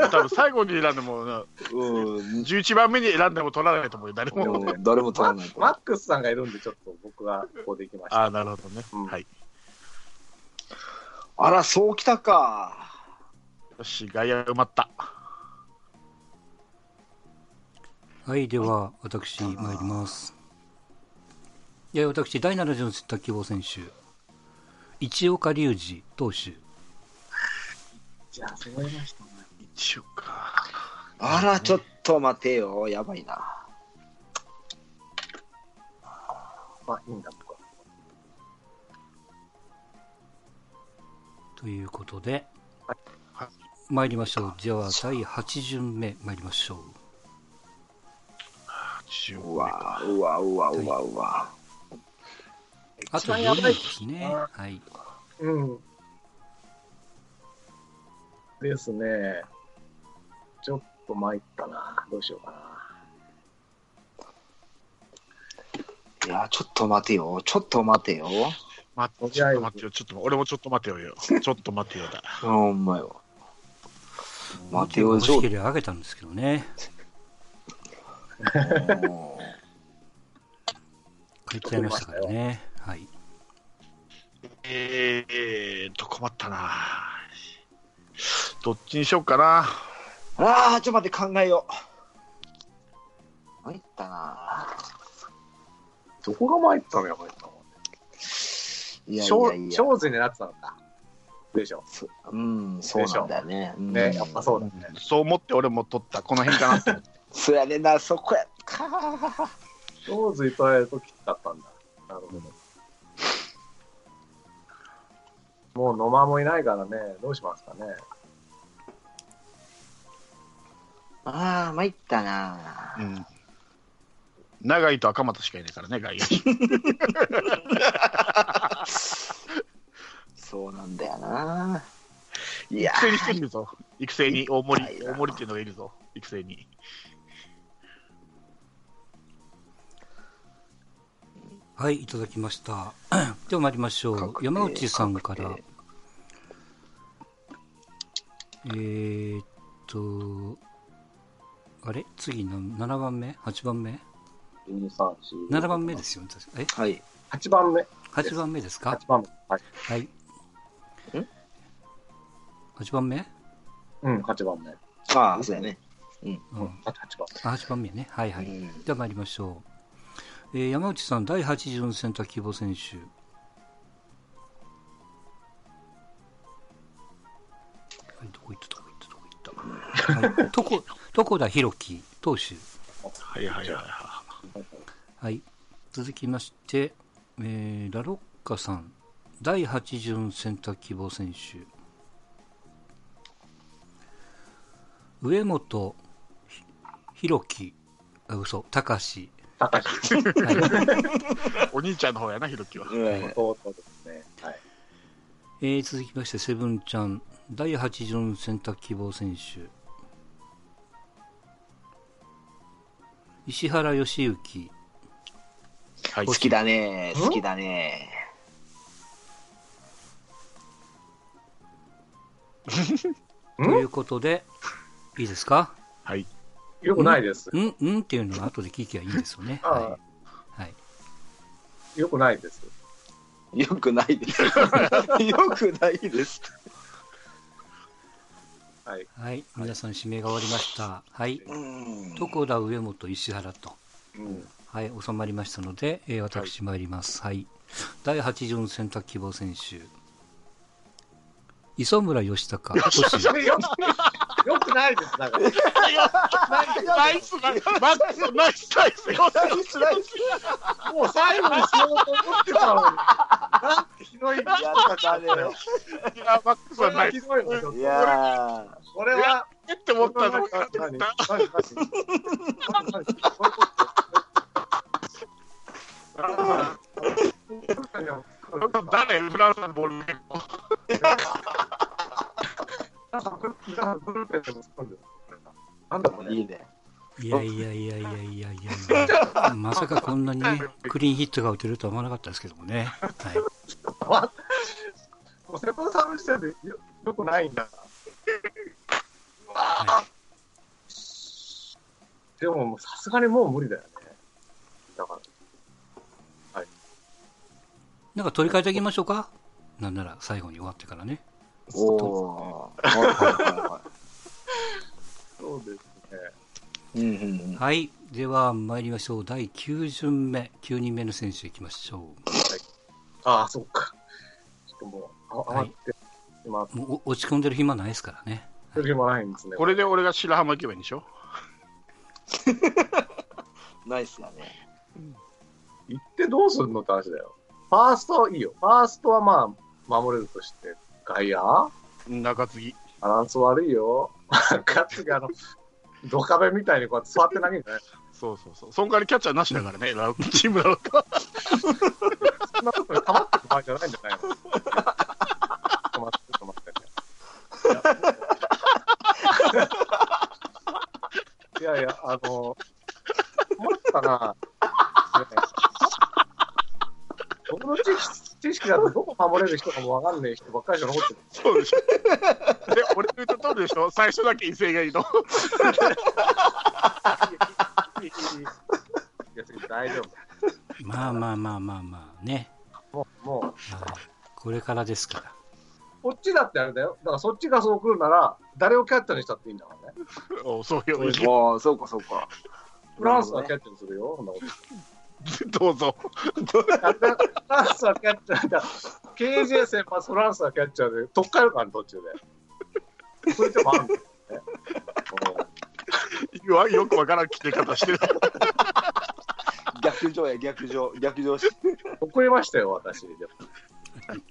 は。
多分最後に選んでもな、
うん。
11番目に選んでも取らないと思うよ、誰も。
うん誰も取らないと。
マックスさんがいるんで、ちょっと僕はこうできました。
ああ、なるほどね。
うん
はい。
あら、そうきたか。
よし、外野埋まった。
はい、では、私、参ります。で、私、第7次の選択希望選手、一岡隆二投手、
じゃあ、そういましたね。
一応か。
あら、ちょっと待てよ。やばいな。
まあ、いいんだ、僕は。
ということで
はい
はい、
参りましょう。では、第8巡目、参りましょう。
一
う
応。
わ、うわ、うわ、うわ、うわ。
あ
一
と
番
4
や
人
ばい
ですね。はい。
うん。ですね。ちょっと参ったな。どうしようかな。
いや、ちょっと待てよ。ちょっと待てよ。
待って、ちょっと待ってよ、ちょっと、俺もちょっと待てよよ。ちょっと待てよだ。
ほんまよ。待てよ、
欲
ジョ
しけ
ー
れば上げたんですけどね。変えちゃいましたからね。はい。
えーと、困ったなどっちにしようかな。
ああ、ちょっと待って、考えよう。参ったな。
どこが参ったのやばい
いやいやい
な。
や。
小図になってたのか。でしょ。
うん、そうなんだよね。うん
ね、やっぱそうだね。
そう思って俺も取った。この辺かな と思って。
そうやねんな、そこや。か
小図取られるときつかったんだ。なるほど。もう野間もいないからね、どうしますかね。
ああ、参ったな。
うん。長井と赤松しかいないからね、 外野に。
そうなんだよな。いや
育、成にしているぞ。育成に大
痛い
森、
な
大森っていうのがいるぞ。育成に。
はい、いただきました。 では参りましょう。
確定
山内さんから
確定。
えーっと、あれ次の7番目 ?8 番目
2、3、4。
?7 番目ですよね、確か。え
はい。
8番目。
?8 番目ですか
8番目。はい。
はい。
ん
?8 番目
うん、8番目。
ああ、そうやね。
うん。
あと8番
あ、8番目ね。はいうはい。
ん。
では参りましょう、えー山内さん第84選択希望選手はいどこ行ったどこ行ったどこ行った、はい、 とこ床田博樹投手
はいはいはいは
はい続きまして、えーラロッカさん第84選択希望選手上本ひ弘樹あ嘘高志
高橋
はい
い。お兄ちゃんの方やな、ひろきは。
うん
弟ですね。はい。
えー続きまして、セブンちゃん、第84選択希望選手、石原義行、
はい
好。きだね、好きだね。
ということで、いいですか
はい。
よくないです。
うん、うんっていうのは後で聞きゃいいんですよね。
ああ
はい。はい。
よくないです。
よくないです。よくないです。
はい。
はい。皆さん、指名が終わりました。はい。
うん
床田、上本、石原と。
うん。
はい、収まりましたので、えー私参ります。はい。第84選択希望選手。磯村義孝、星
よくよくないです。だから。
ナイス、ナイス、マックス、ナイス、ナイス、
ナイスナイス
もう最後にしようと思ってたのに。なんてひどい。
やったね。
いやマックス
こ
は
れ
ナ
は
イ
ひ
ス。
どいわちょっと
いや
これは。
えって思ったのか。
何何何何そういうこと
誰フランスのボール
なんだろう
ー
ね。
いいね。
いやいやいやいやいやいやいやまさかこんなにね、クリーンヒットが打てるとは思わなかったですけどもね。はい。
もう瀬戸さんの時点でよよくないんだ。
は
でももうさすがにもう無理だよね。だから、
い、なんか取り替えていきましょうかなんなら最後に終わってからね。
おおー。はいはいは
そうですね。
いうんうんうん
はい。では参りましょう。第9巡目、9人目の選手いきましょ
ああ、そっか。ちょっともう、あ
は
慌
い
ててしまっ
う。もうお落ち込んでる暇ないですからね。
てる暇ないんですね。
これで俺が白浜行けばいいんでしょ
ナイスだね。
行ってどうすんのって話だよ。ファーストいいよ。ファーストはまあ、守れるとして。外野
中継ぎ。
バランス悪いよ。 ガッツがあの、ドカベみたいにこうやって座って投げるんじゃない
そうそうそう。そんからキャッチャーなしだからね、ラウチームだろうか。
そんなことに構ってる場合じゃないんじゃないのちょっと待って、ちょっと待ってね。いやいや、あの、困ったな。ね僕の知識知識だとどこ守れる人かもわかんない人ばっかりじゃ残ってる。
そうでしょ。で、俺の言った通りでしょ。最初だけ威勢がいいの。
いや、大丈
まあまあまあまあまあね。
夫。もう、もう、
はいこれからですから。
こっちだってあれだよ。だからそっちがそう来るなら、誰をキャッチャーにしたっていいんだからね。
おそういう意見
おお、そうかそうか。
フランスはキャッチャーにするよ、そんなこと。
どうぞ。
フランスはキャッチャーだ。KJ 先発、フランスはキャッチャーで、とっかえるからね、途中で。そういう手もあるんだよね。
うわよくわからん切れ方してる。
逆上や逆上逆上し。
うん遅れましたよ、私。でも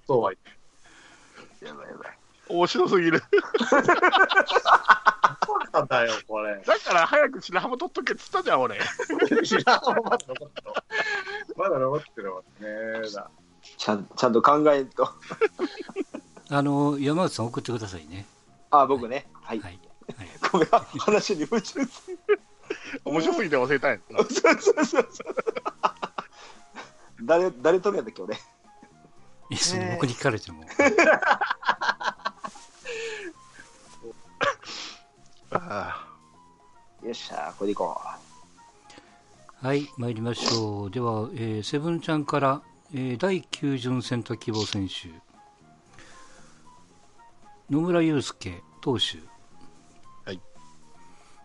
そうは言って。
やばいやばい。
面白すぎる。
なんだよ、これ。
だから早く白浜取っとけっつったじゃん、俺。
知らんまだ残ってる。まだ残ってるわね。だ
ちゃんちゃんと考えんと。
あの、山内さん送ってくださいね。
あ、僕ね。はい。
はい。はい、
ごめん、話に夢中。
面白すぎて忘れたんや。
そうそうそうそう。誰誰とるやったっけ俺。
いつも僕に聞かれても。
あ
よっしゃ、これでいこ
はい、参りましょう。では、えーセブンちゃんから、えー第9巡選択希望選手、野村祐介投手、
はい、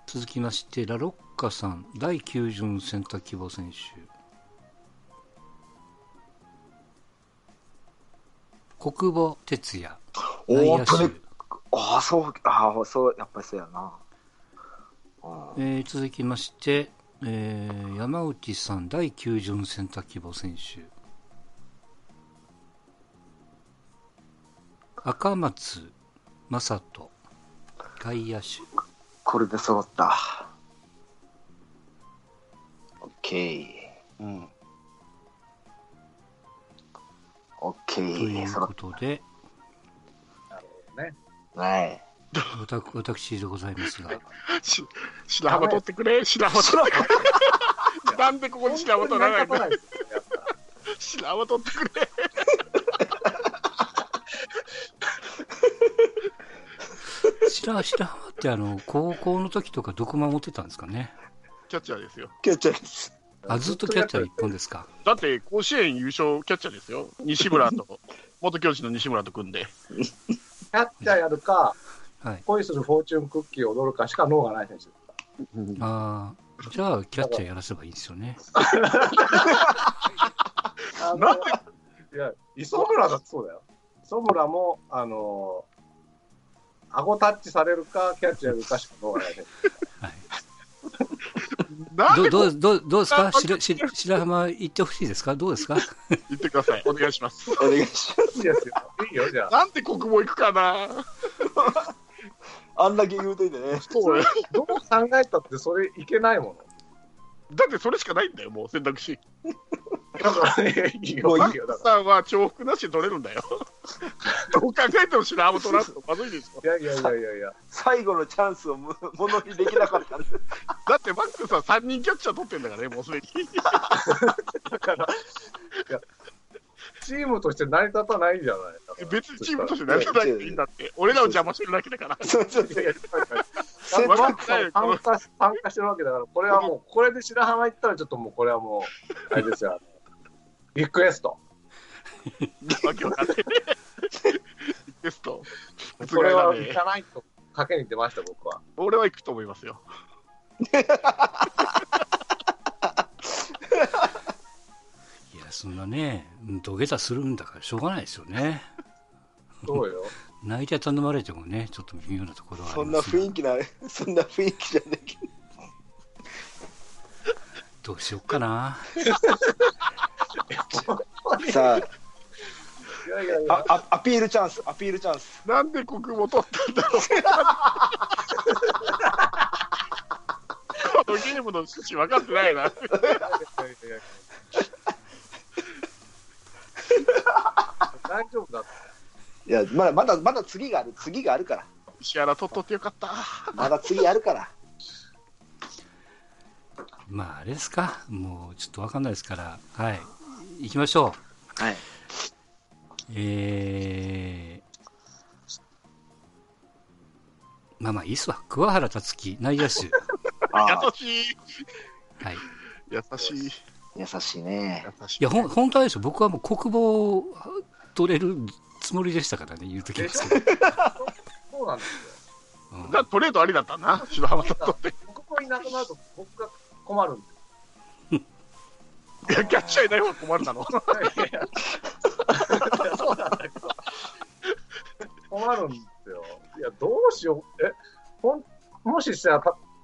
続きまして、ラロッカさん、第9巡選択希望選手、国保哲也、
う。お
内
お、
野
と
手
れ。ああ、そう、ああ、そう、やっぱりそうやな。うん
えー続きまして、えー山内さん第9巡選択希望選手赤松正人外野手
これで揃った。オッケー。
うん。
オッケ
とい
ー。
う
揃
こ
っ
とで
た。はい。
わた私でございますが
ーし白浜取ってくれ、白浜取ってくれ。なんでここに白浜取らないの
本当に成り立たないですよやっ
白浜取ってくれ。
白白浜ってあの高校の時とかどこ守ってたんですかね
キャッチャーですよ。
キャッチャーです。
あずっとキャッチャー一本ですか
だって、甲子園優勝キャッチャーですよ。西村 と、元教授の西村と組んで。
キャッチャーやるか、
はい
恋するフォーチュンクッキーを踊るかしか脳がない選手。
ああじゃあキャッチャーやらせばいいんですよね
あ
なん
いや、磯村だってそうだよ。磯村も、あのー、顎タッチされるか、キャッチやるかしか脳がない選手。
はい
なん
ど
で
ど
こ
うどうどうですか白白白浜行ってほしいですかどうですか
言ってください。お願いします。
お願いします。
いいですよ。いいよ、じゃあ。
なんで国防行くかな
あんだけ言うといてね。
そうだ
どう考えたってそれいけないも
ってそれしかないんだよ、もう選択肢。
の。だから、いやいい
も
よ、
ういい
いいよ、だか
さんは重複なしで取れるんだよ。どう考えても白浜取らんとまずいでしょ。
ら。いやいやいやいやいや。
最後のチャンスをもものにできなかったんで。
だってマックスは3人キャッチャー取ってんだからね、もうすでに。
チームとして成り立たないじゃない。だから
別にチームとして何じゃなくていいんだって。俺らを邪魔してるだけだ から。
そうそう
いやいや
そ
だ
う
から
わか
ワン
んないよ
さん参加し参加してるわけだから、これはもう、これで白浜行ったら、ちょっともう、これはもう、あれですよ、あのリクエスト。
わけわ かんないね。テスト。
これは行
覆らね
かないと、賭けに出ました、僕は。
俺は行くと思いますよ。
いやそんなねうん土下座するんだからしょうがないですよね
そうよ。
泣いて頼まれてもねちょっと微妙なところはあ
そ
り
んな
ますが
雰囲気な、そんな雰囲気じゃねえけど。
どうしよっかな
さ
いやいやい
あ
や、
ああ、アピールチャンス、アピールチャンス。
なんで国語取ったんだろう。この ゲームの趣旨分かってないな。
いやいやいや大丈夫だって。
いや、まだ、まだ、まだ次がある、次があるから。
石原取っとってよかった。
まだ次あるから。
まああれですかもうちょっとわかんないですからはい行きましょう
はい。
えーまあまあいいっすわ。桑原辰樹、内野手。
ああ、
優しい。
はい。い
優しい。
優しいね。
優しい。
や、ほん、本当はでしょ。僕はもう国防取れるつもりでしたからね、言うとき
で
で
しょ
すけど。
そうなんですよ。
うん
だトレードありだったな、白浜取っとって。
ここいなくなると僕が困るんで
いや、キャッチャーいない方が困るだろう。
いやいやそうなんだけど困るんですよ。いや、どうしよう。え、ほんもししたら、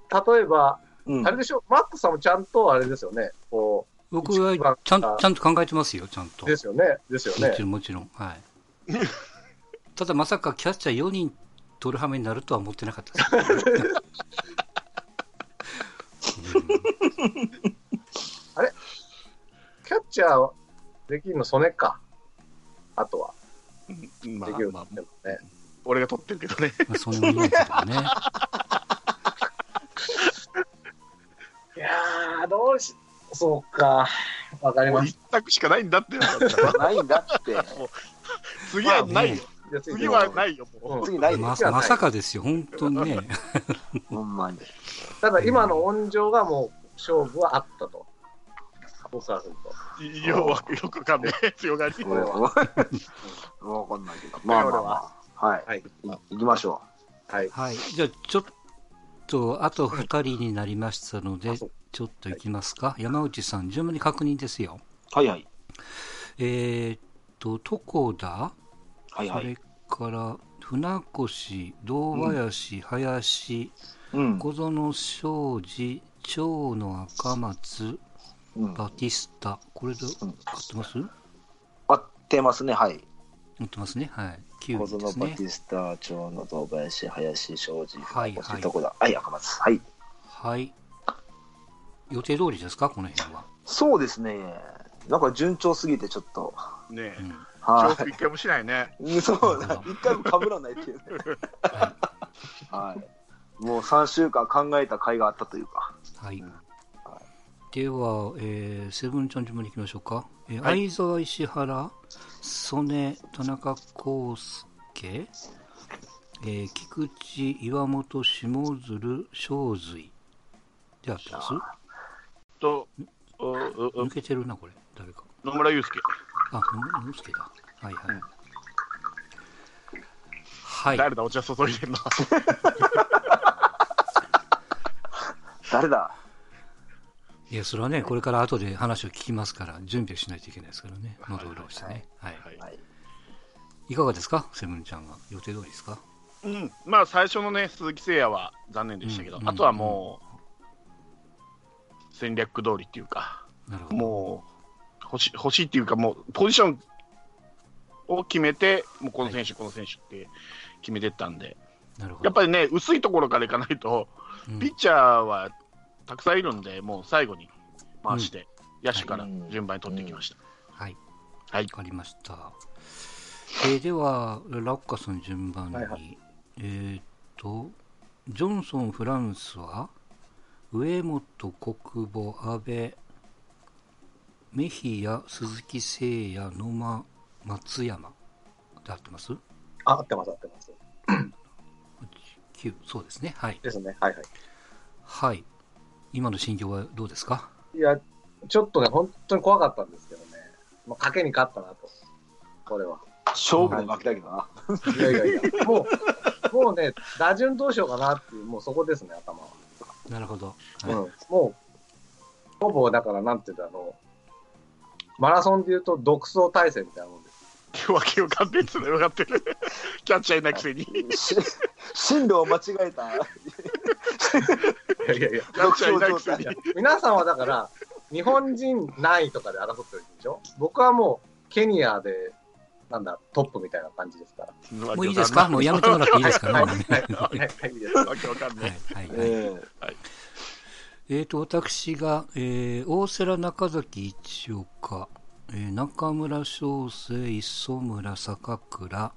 た例えば、
うん
あれでしょ、マックさんもちゃんとあれですよね。こ
僕はちゃん、ちゃんと考えてますよ、ちゃん
う、
と。
ですよね。ですよ
も
ね
ち。ろん、もちろん。はい。 ただまさかキャッチャー4人取る羽目になるとは思ってなかったです。 うん
キャッチャーできるの、曽根か。あとは、
まあ
できる、
まあ、
でもね。
俺が取ってるけど ね。
まあ、そんなもんないけどね。
いやー、どうし、そうか。わかり
もう
まし
一択しかないんだって。
ないんだって。
次はないよ。
た。
次はないよ、もう。
うん
次ないね
ままさかですよ、本当 にね。
ほんま に。
ただ、今の温情がもう、勝負はあったと。僕からすると。
よくよくわかんない。強がり。
これは。わかんないけど。まあまあまあ。はい。
はい。
い行きましょ
はい。
はい、じゃあちょっとあと2人になりましたので、
あそう
ちょっといきますか、山内さん、順番に確認ですよ。
う。はいはい。
えーっと、床田、
はい
それ。から船越、堂林、林、
うん。
小園庄司、長野赤松、
うん
バティスタ、これで合
ん
ってます合
合ってますね。はい。
ってますね、はい、9
小
位で
園
す
バ
ね
テ。ィスタ、長野、堂林、林、庄司、
はい
こっち
はい
どこだ。はい、赤松。はい。
はい予定通りですか、この辺は。
そうですね。なんか順調すぎてちょっと。
ねえ。
うん
重
は
複一回もしないね。
い。そうだ。一回も被らないっていう ね。はい。もう3週間考えた甲斐があったというか。
はい
ん。
では、えーセブンちゃん順番に行きましょうか。えー
はい
相沢、石原、曽根、田中康介、えー菊池、岩本、下鶴、正髄。で合ってます
と、おお
抜けてるな、これ。誰か。
野村祐介。
あ、ののすけだ。はいはい。はい。
誰だ、お茶注いでんの。
誰だ
いや、それはね、これから後で話を聞きますから、準備をしないといけないですからね。喉を潤してね。はい。
はい
はい
いかがですかセブンちゃんは。予定通りですか
うん、まあ最初のね、鈴木誠也は残念でしたけど、
うん
あとはもう、戦略通りっていうか、
なるほど。
もう欲し、欲しいっていうか、もう、ポジションを決めて、もうこの選手、この選手って決めてったんで、
なるほど。
やっぱりね、薄いところからいかないと、
うん
ピッチャーはたくさんいるんで、もう最後に回して、野手から
はい
順番に取ってきました。
はい。
はい
わかりました。えーでは、ラッカさん順番に。
はいは
えーっと、ジョンソン、フランスは、上本、国母、安倍、メヒヤ、鈴木誠也、野間、松山。で合ってます
あ、合ってます、合ってます。
?9、そうですね。はい。
ですね、はいはい。
はい。今の心境はどうですか
いや、ちょっとね、本当に怖かったんですけどね。まあ、賭けに勝ったなと。これは。
勝負で負けたけどな。
いやいやいや、もう、もうね、打順どうしようかなっていう、もうそこですね、頭は。
なるほど。
うん
は、
もう、ほぼだから、なんていうんだろう。マラソンで言うと、独走対戦みたいなもんです。
今日はかんないつながって る。キャッチャーいないくせに。
し進路を間違え た。
いやいやいや。
キャッチャーいないくせに。
皆さんはだから、日本人何位とかで争ってるでしょ僕はもう、ケニアで、なんだ、トップみたいな感じですから。
い。もういいですかもうやめてもらっていいですか
はい、
ら
は
ね。
い、はいはい、いいです。
わけわかん
は
ないい。
はいはい。
え
えー、と私が、えー大瀬良中崎一岡、えー中村翔成磯村坂 倉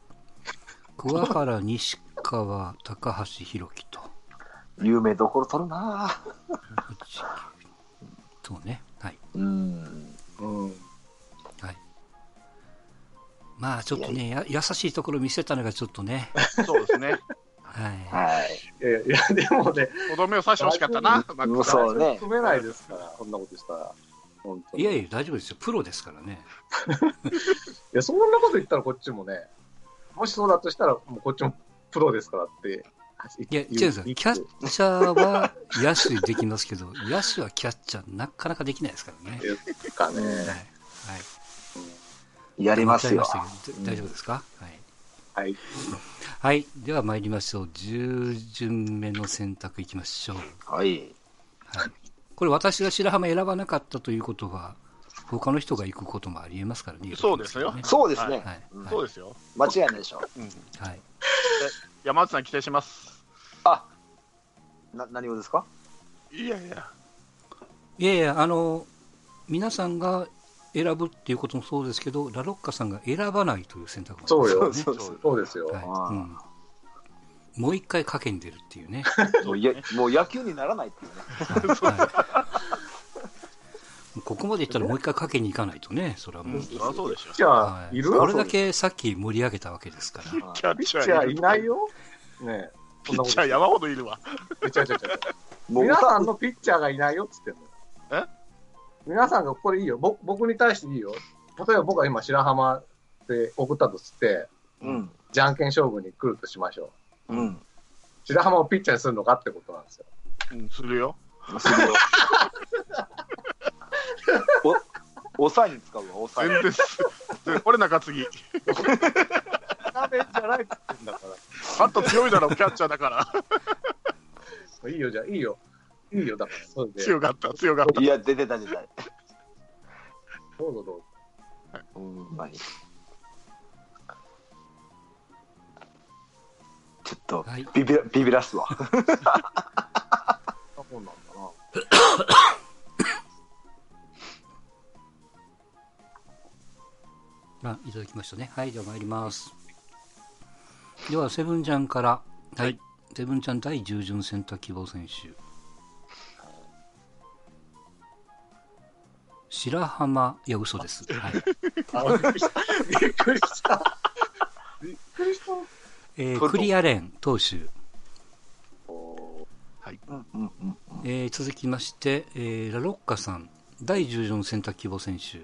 桑原西川高橋宏樹と
え有名どころ取るな。
そうねはい
うん。
うん。
まあちょっとねや優しいところ見せたのがちょっとね
そうですね。
は
はい。
いやいや、でもね、
とどめを刺してほしかったな。マックス
そうね
組めないですから、そんなことしたら。本当
い
に。
いや
い
いや大丈夫ですよプロですからね
や、そんなこと言ったらこっちもね、もしそうだとしたら、もうこっちもプロですからって。
いや違うんですよキ
言
ャッチャーは野手できますけど野手はキャッチャーなかなかできないで すからね
ですかね。
はい、はい、
やりますよ
やっ。ちゃいましたけど大丈夫ですか、はい
はい。
はい。では参りましょう。10巡目の選択いきましょう。
はい。
はい。これ私が白浜選ばなかったということは、他の人が行くこともありえますからね。
そうですよ
はい。
そうですね。
はい。
うん
そうですよ。
間違いないでしょ。
うん
はい。
山内さん期待します。
あな何をですか
いやいや。
いやいや、あの、皆さんが選ぶっていうこともそうですけど、ラロッカさんが選ばないという選択もあります
そ
か
うそう
そうですよ。
らね。
そう
はい。うんもう一回賭けに出るっていう ね。
もうやもう野球にならないっていうね。
はいここまでいったらもう一回賭けに行かないとね、それはもう。
そりゃそうでしょ。
じゃあ
は、
い
い、
る
これだけさっき盛り上げたわけですから。
キャッチ
ピ
ャー
ッチャーいない。よ。ねえ。
ピッチャー山ほどいるわ。
めちゃめちゃめちゃめちゃ。
もう
皆さ
歌
んのピッチャーがいないよっつってんのよ。
え
皆さんがこれいいよ。ぼ僕に対していいよ。例えば僕が今白浜で送ったとつって、
うん。
じゃんけん勝負に来るとしましょ
うん。
う。白浜をピッチャーにするのかってことなんですよ。
うん、するよ。
す るよお、抑えに使うわ、抑
全
え。
然す。これ中継ぎ。
ダメじゃないっつってんだから。
バット強いだろ、キャッチャーだから。
いいよ、じゃあいいよ。いいよ、だから。それで。
強かった、強かった。
いや、出てた、出てた。
どうぞどうぞ。
うん、まに。ちょっと
はい、
ビビら、ビビらすわ。
そんなもんなんだな。
まあ、いただきましたね。はい、では参ります。では、セブンちゃんから。はい。セブンちゃん第10巡選択希望選手。白浜、いや、嘘です。はい。
あびっくりした。びっくりした。びっくりした。
え
トル
ー
コ
クリアレン投手、
うんうんうん。
えー続きまして、えーラロッカさん第14選択希望選手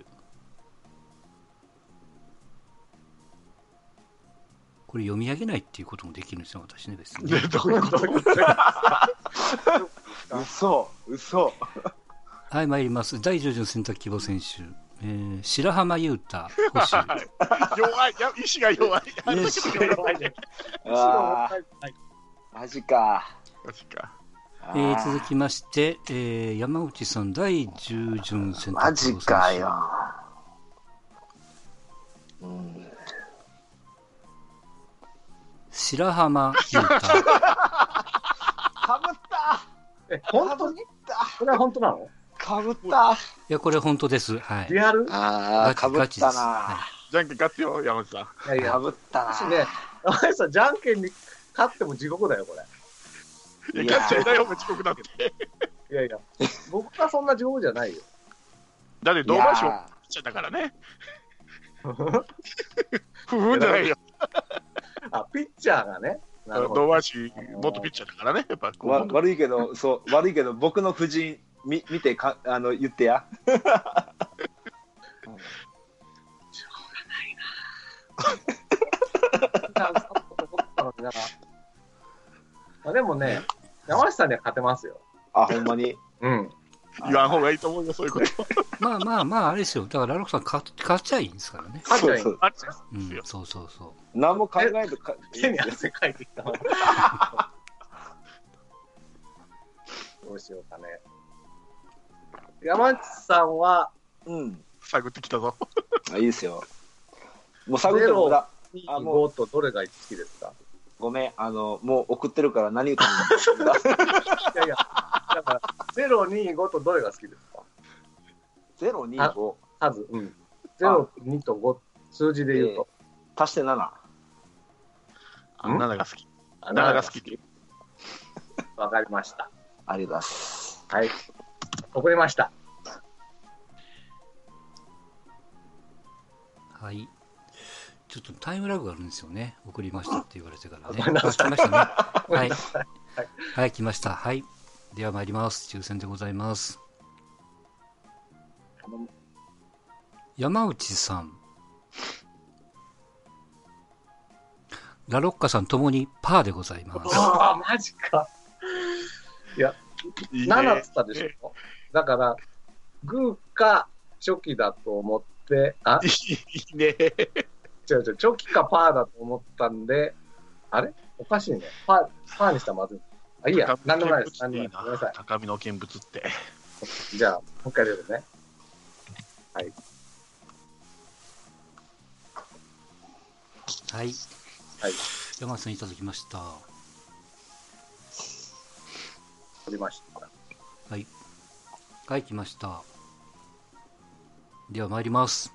これ読み上げないっていうこともできるんですよ私ね別に
でどういうこと
嘘嘘
はい参ります第14選択希望選手、えー白浜優太捕 手
弱いいや、意志が弱い。
意志が弱
いね。
あーマジか。
マジか。
えー続きまして、えー山内さん第14選択希望選手
マジかよ。うん、
白浜 優太
かぶった
え、本当にそれは本当なの
かぶった
いやこれ本当ですはい
リアル
ああ、
ガチ
かぶっ
ガチで
た
すは
な。
じゃんけん勝つよ、山内さん。
いやい
か
や、
ぶった
私
な。
ね、お前さん、じゃんけんに勝っても地獄だよ、これ。
い
い
や、
やー
勝っちゃいないよ、遅刻だって。
いやいや、僕はそんな地獄じゃないよ。
だって、
い
同
や
伴賞ちゃだからね。不運じゃないよ。
あ、ピッチャーがね。なるほ
同
ど。
伴賞、元ピッチャーだからね。やっぱ、
わ悪いけ ど、そう、悪いけど、僕の夫人、み見てか、あの、言ってや。
ピッチャーが勝ったと思ったのになまあ、でもね、山下さんには勝てますよ。
あ、ほんま に。
うん。
言わん方がいいと思うよ、そういうこと。
まあまあまああれですよだからラロッカさん勝勝っちゃいいんですからね、
勝っちゃい
そうそう
あれです
う
よ
ん、そうそうそう
何も考えずか、
手に汗かいてきたもんどうしようかね。山内さんは、
うん。
探ってきたぞ。
あいいですよ。もう探っても無駄。あも
5とどれが好きですか
ごめん、あの、もう送ってるから何歌う の
いやいや、だから、0、2、5とどれが好きですか
ゼロ、二、五、
数、うん。0、2と5、数字で言うと。
足して七。
あ7が好き。
あ
7が好き。
わかりました。
ありがとうございます。
はい。送りました。
はい。ちょっとタイムラグがあるんですよね。送りましたって言われてからね。あ、来ま したね。はい。はい、来ました。はい。では参ります。抽選でございます。山内さん。ラロッカさんともにパーでございます。
ああ、マジか。
いいね
7つったでしょ。だから、グーかチョキだと思って、あ、
いいね。
違う違う、チョキかパーだと思ったんで、あれおかしいね。パー、パーにしたらまずい。あ、いいや、なんでもないです。なんでもないです。ごめんなさい。
高みの見物って。
じゃあ、もう一回出るね。はい。は
はい。
い。
山内さんいただきました。
取りました。
はい、来ました。では参ります。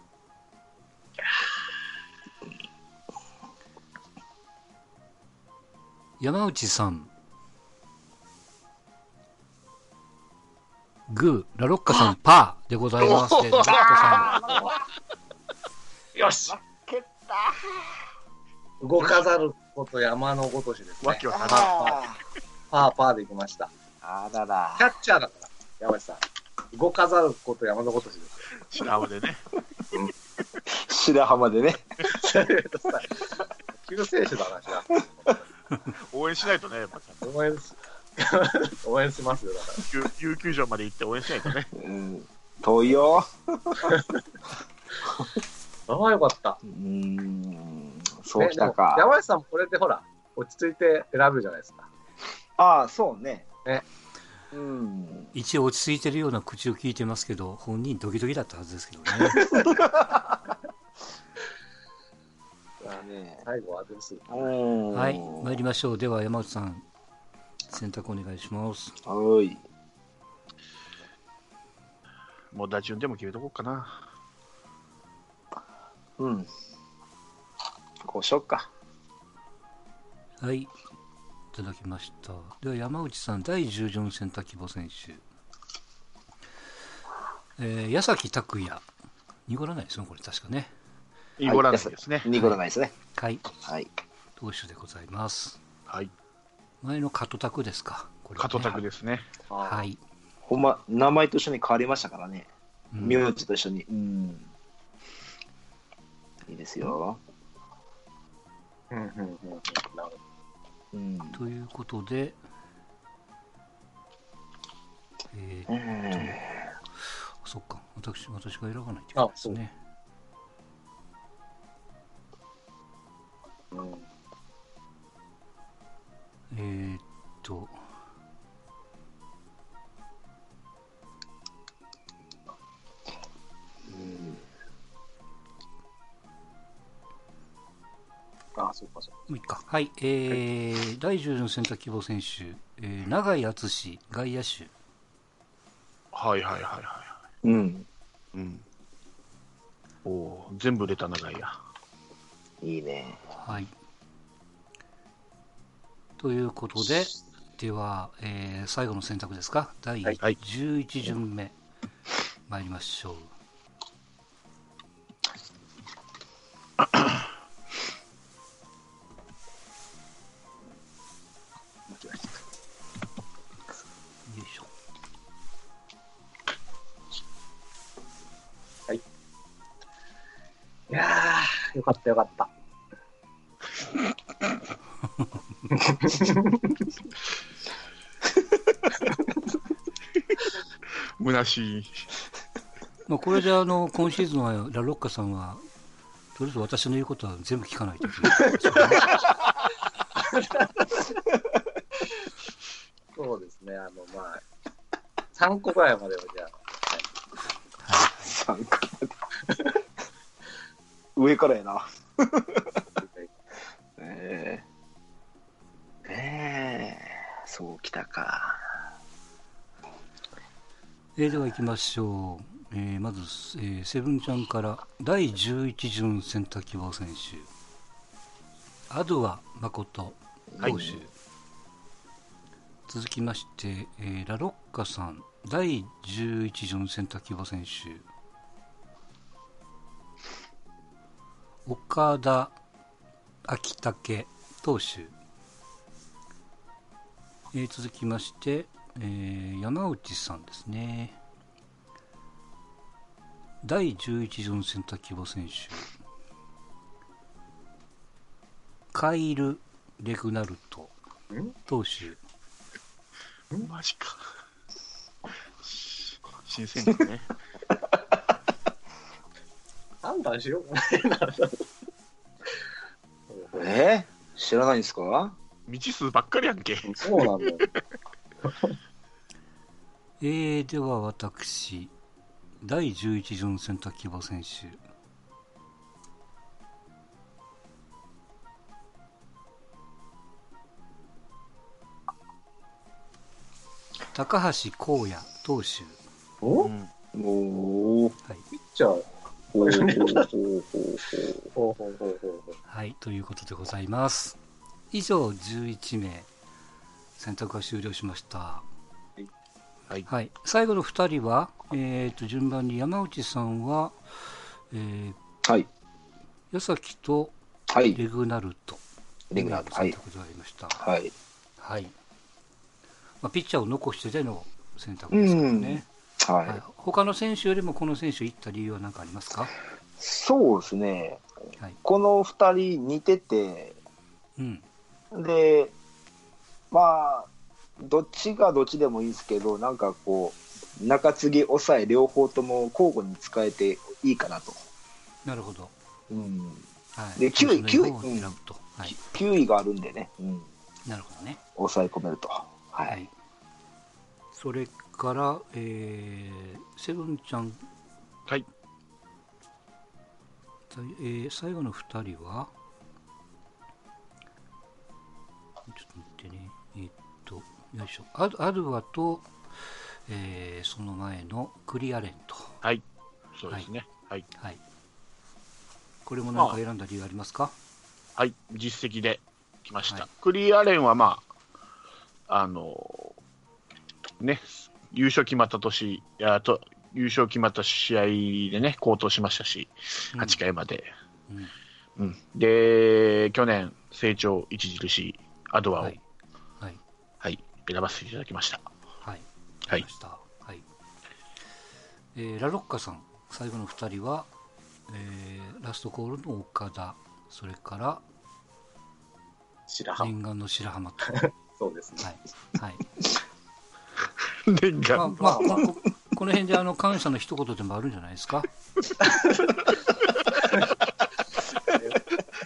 山内さん。グー、ラロッカさん、パーでございます。でラロッカさ
よし
蹴った
動かざること山のごとしです
わ
ね
け。わからん。
あ
パーパーでいきました。
ーあらら
キ。ャッチャーだから、山内さん。動かざること山のごとしです。
白浜でね。
白浜でね。
救世主だな、しら。
応援しないとね、やっぱ
応援す、 応援しますよ、だから。
有有給場まで行って応援しないとね。
うん。遠いよ。
ああ、よかった。
うーん。そうきた
ねでも
か。
山内さんもこれでほら、落ち着いて選ぶじゃないですか。
ああ、そうね。
ね
うん。
ん。一応落ち着いてるような口を聞いてますけど、本人ドキドキだったはずですけどね。
ね
最後はどうする
うん。
はい、参りましょう。では山内さん、選択お願いします。
おい。
もう打順でも決めとこうかな。
うん。こうしよっか。
はい、いただきました。では山内さん、第14選択希望選手。えー、矢崎拓也。濁らないですね、これ確かね。
イゴランですね。
濁らないですね。
はい。
はい。
投手でございます。
はい。
前のカトタクですか。これは
加
ね
藤拓ですね。
は
はい。
い。
ほんま、名前と一緒に変わりましたからね。
うん
名字と一緒に。うん。いいですよ。
うんうんうんうんなるほど
うん。
ということで、えー
え
そっか、私、私が選ばないといけないですね。えー、っと。
あ、そうか、そうか。
もういいか。はい。えー第10の選択希望選手、えー、永井敦外野手。
はいはいはいは
ーうん。
うん。
い。おおー、全部出た長いや。
いいね。
はい。ということで、では、えー最後の選択ですか。第
はい
11巡目、参りましょう。よいしょ。
いやー、よかった、よかった。
虚しい。
まあ、これであの今シーズンはラロッカさんはとりあえず私の言うことは全部聞 かないという
そうですね、あの、まあ、3個ぐらいまでは、じゃあ、
参加。上からやな。ええええそうきたか。
えーでは行きましょう、えーまず、えーセブンちゃんから第11巡選択希望選手アドワ誠投手、続きまして、えーラロッカさん第11巡選択希望選手岡田秋武投手、えー続きまして、えー山内さんですね第11条の選択希望選手カイル・レグナルト投手
マジか。新鮮だね。
判断しようもないな。
ええ知らないんですか
未知数ばっかりやんけ。
そうなんだよ。
えー、では私第11条の選択希望選手高橋光也投手
お
うん。
おー
じゃあ、
お ー
ほうほうほうほうほう。
はい、ということでございます。以上11名、選択が終了しました。
はい
最後の2人は、えー、と順番に山内さんは、えー、
はい。
矢崎と
はい。
レグナルト。
レグナーは
選
い。
択となりました。
はい。
はい。まあ、ピッチャーを残してでの選択ですからね。
はい。
はい、他の選手よりもこの選手行った理由は何かありますか
そうですね。
はい
この二人似てて、
うん。
で、まあ、どっちがどっちでもいいんですけど、なんかこう、中継ぎ、抑え、両方とも交互に使えていいかなと。
なるほど。
うん、
はい、
で9位
それ
9位
を選ぶと。はい。
9位があるんでね、うん、
なるほどね。
抑え込めると。はい。
はい、それから、えーセブンちゃん、
はい
さいえー最後の2人は、ちょっと待ってね、えーっと、よいしょ、アドアドワと、えーその前のクリアレンと、
そうですね。はい。
はい、これも何か選んだ理由ありますか、
はい。実績で来ました。
はい
クリアレンはまあ、あのーね、優勝決まった年、いやと優勝決まった試合でね、好投しましたし、
うん
8回まで。
うん
うん、で、去年、成長著しいアドアを、
は
はいい
はい
選ばせていただきました。
はい。
はい
わかりました。はい。えーラロッカさん、最後の二人は、えーラストコールの岡田、それから
白浜。
念願の白浜と。
そうですね。
はい。
念
まあ
願、
まあ、まあ、ここの辺であの感謝の一言でもあるんじゃないですか。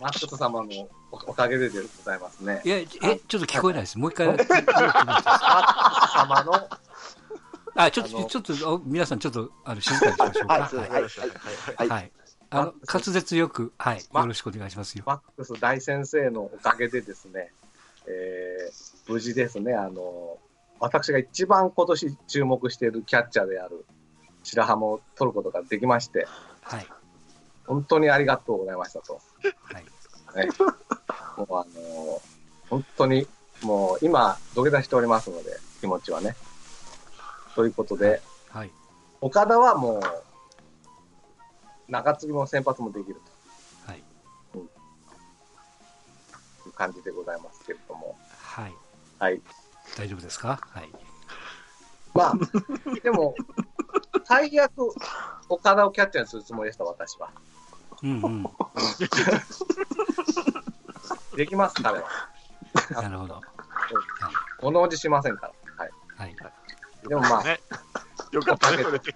マックス様のおおかげででございますね。
いや、え、ちょっと聞こえないです。もう一回。もう一回
様の、
あ、ちょっ
あ
と、
の
ちょっと、お皆さん、ちょっと、あの、静かにしましょうか。
はいそう
は
で
い
すはいはい
はい。あの、滑舌よく、はい。よろしくお願いしますよ。
マックス大先生のおかげでですね、えー、無事ですね、あの、私が一番今年注目しているキャッチャーである白浜を取ることができまして、
はい。
本当にありがとうございましたと。
はい。
もうあの、本当に、もう今、土下座しておりますので、気持ちはね。ということで、
はい。
岡田はもう、中継ぎも先発もできると。
はい。
いう感じでございますけれども、
はい。
はい。
大丈夫ですかはい。
まあ、でも、最悪、岡田をキャッチャーにするつもりでした、私は。
うん うん。
できます、彼は。
なるほど。
物おじしませんから。はい。
はい。
でもまあ、
ねよかったね、それで。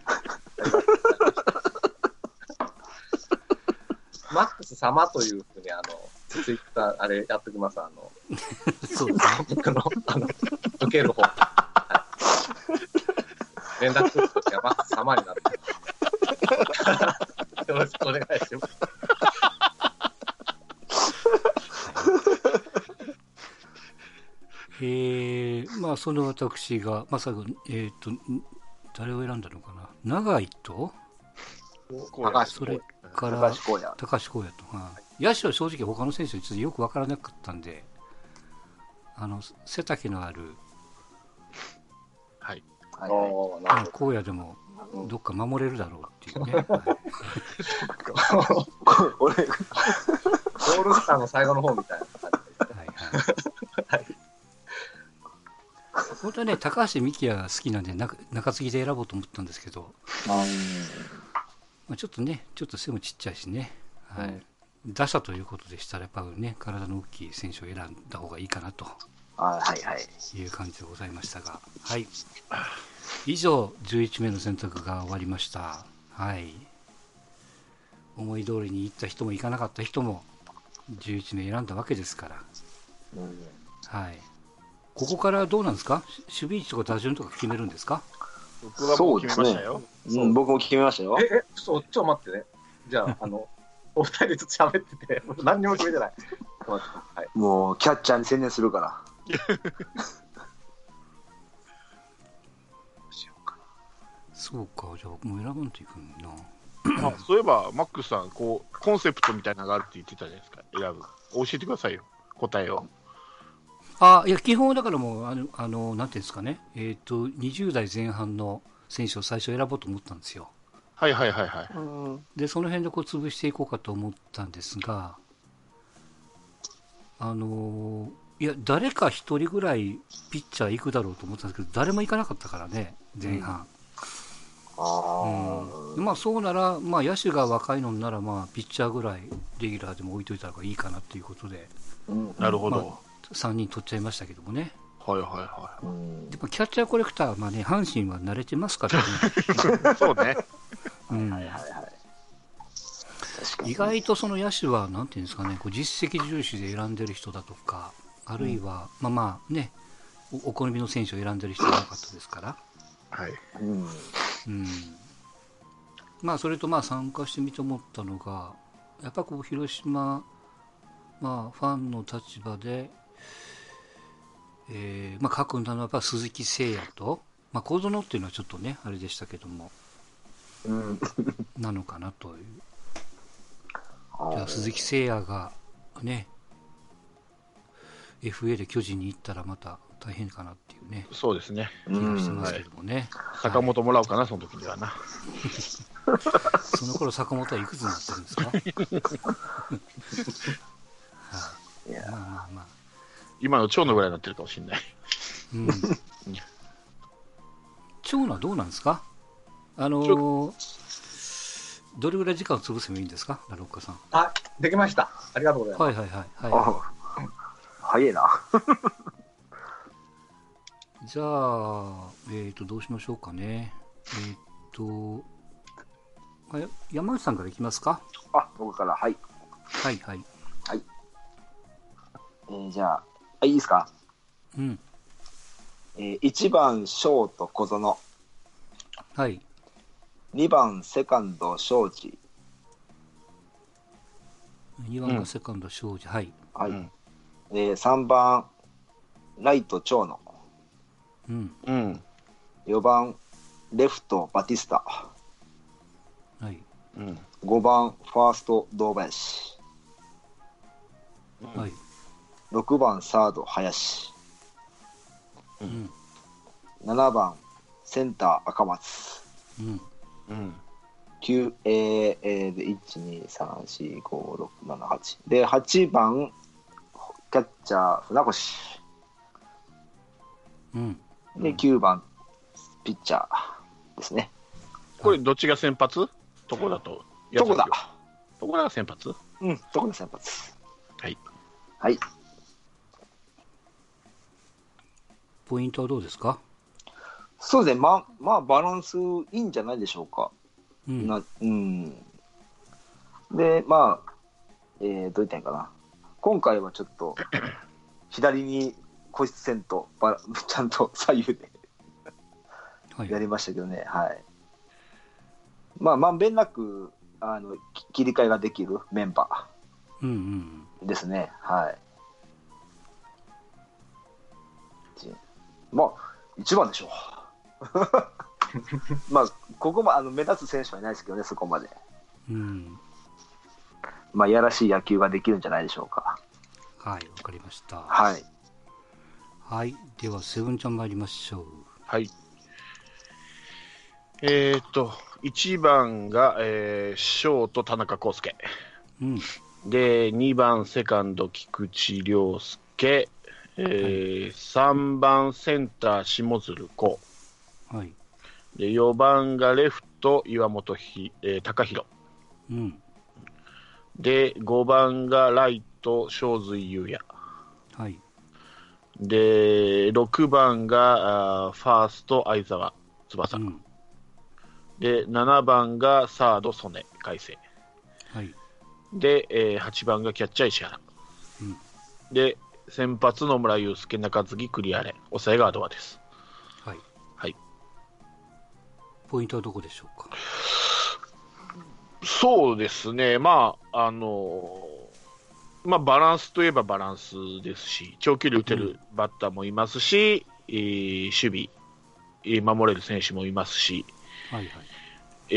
マックス様というふうに、あの、ツイッター、あれやっておきます、あの、
そうですね。
僕の、あの、受ける方。はい連絡するときはマックス様になってる。よろしくお願いします。
えー、まあその私が、まあ、最後に、えっ、と、ん誰を選んだのかな、長井と、
こうや
高
そ
橋
れ
君
か
高
ら
橋光也。
高橋光也と、はい、野手は正直、他の選手についてよく分からなかったんで、あの背丈のある
はい。
はいはい
おーな
あ
る
光也でも、どっか守れるだろうっていうね、 はい
ほど。
俺、
オールスターの最後の方みたいな感じですね。
はい はい。本当はね、高橋幹也が好きなんで中、中継ぎで選ぼうと思ったんですけど、まあ、ちょっとね、ちょっと背もちっちゃいしね、はい打者ということでしたら、やっぱりね、体の大きい選手を選んだ方がいいかなと
あはいはい。
いう感じでございましたが、はい、以上、11名の選択が終わりました。はい思い通りに行った人も行かなかった人も11名選んだわけですから、
うん
はい。ここからどうなんですかし守備位置とか打順とか決めるんですか
僕はもう決めましたよ。
うん、僕も決めましたよ。
え、え、そう、ちょっと待ってね。じゃあ、あの、お二人と喋ってて、僕何にも決めてない。ちょっと待ってはい。
もう、キャッチャーに専念するから。
そうか、じゃあ僕も選ばんといくんな。
あそういえば、マックスさん、こう、コンセプトみたいなのがあるって言ってたじゃないですか。選ぶ。教えてくださいよ、答えを。
あいや基本はだからもうあのあのなんていうんですかねえっ、と20代前半の選手を最初選ぼうと思ったんですよ
はいはいはいはい。
でその辺でこう潰していこうかと思ったんですがあのいや誰か一人ぐらいピッチャー行くだろうと思ったんですけど誰も行かなかったからね前半、
あ
うんまあそうなら、まあ、野手が若いのなら、まあ、ピッチャーぐらいレギュラーでも置いといた方がいいかなということで
あ、うん
なるほど。
ま3人取っちゃいましたけどもね
はいはいは
うん
でもキャッチャーコレクターはまあ、ね、阪神は慣れてますからね、
い。そうね。
うん
はいはいはい。確かに。
意外とその野手はなんていうんですかねこう実績重視で選んでる人だとかあるいは、まあまあねおお好みの選手を選んでる人が多かったですから、
はい。
うん。
うん、まあそれとまあ参加してみて思ったのがやっぱこう広島、まあ、ファンの立場で、えーまあ、書くならば鈴木誠也と、まあ、小園っていうのはちょっとねあれでしたけども
うん。
なのかなという
あ
じゃあ鈴木誠也がね FA で巨人に行ったらまた大変かなっていうね
そうですね。
気がしてます
はい
けどもね、
坂本もらおうかな、その時にはな。
その頃坂本はいくつになってるんですかはい、
いや
まあまあまあ。
今の蝶のぐらいになってるかもしれない。
うん。長野はどうなんですかあの
ち
ーどれぐらい時間を潰せばいいんですかラロッカさん。
できました。ありがとうございます。
はいはいはい。は
あ早いな。
い、じゃあ、えっ、と、どうしましょうかね。えっ、と、あや山内さんからいきますか
あ、僕から、はい。
はいはい。
えーじゃあ、あいいですか
うん。
えー、1番、ショート、小園。
はい。
2番、セカンド、庄司。
2番がセカンド、庄司。はい。
はい。
うん
えー3番、ライト、長野。
うん。
うん
4番、レフト、バティスタ。
はい。
うん
5番、ファースト、堂林。
はい。
6番、サード、林。
うん。
7番、センター、赤松。
うん。
うん
9えーえー、で1234567で8番キャッチャー船越
うん。
で9番ピッチャーですね
これ、どっちが先発とこだと。
どこだ
とこだが先発
うんどこだ先発
はい。
はい
ポイントはどうですか
そうですねまあまあバランスいいんじゃないでしょうか
うん。
なうんでまあ、えー、どう言ったらいいんかな今回はちょっ と左に固執せんとバラ ちゃんと左右で
はい
や。りましたけどね、はい。まあ、まんべんなくあのき切り替えができるメンバ
うんうん。
ーですね、はい。じまあ、一番でしょ う。まあ、ここもあの目立つ選手はいないですけどね、そこまで。
うん。
まあ、やらしい野球ができるんじゃないでしょうか。
はい。わかりました。
はい。
はい。では、セブンちゃん参りましょう。
はい。えーっと、1番が、えーショート、田中康介。
うん。
で、2番、セカンド、菊池涼介。えー3番、センター、下鶴子。
はい。
で、4番がレフト、岩本ひ、えー、高弘。
うん。
で、5番がライト、正水優也。
はい。
で、6番があーファースト、相澤
う
翼。
ん。
で、7番がサード、曽根、海星。
はい。
で、えー8番がキャッチャー、石原。
うん
で、先発、野村祐介、中継ぎ、栗原。抑えがアドバです。
はい。
はい。
ポイントはどこでしょうか
そうですね、まあ、あのーまあ、バランスといえばバランスですし、長距離打てるバッターもいますし、えー守備、えー守れる選手もいますし、
はいはい。
え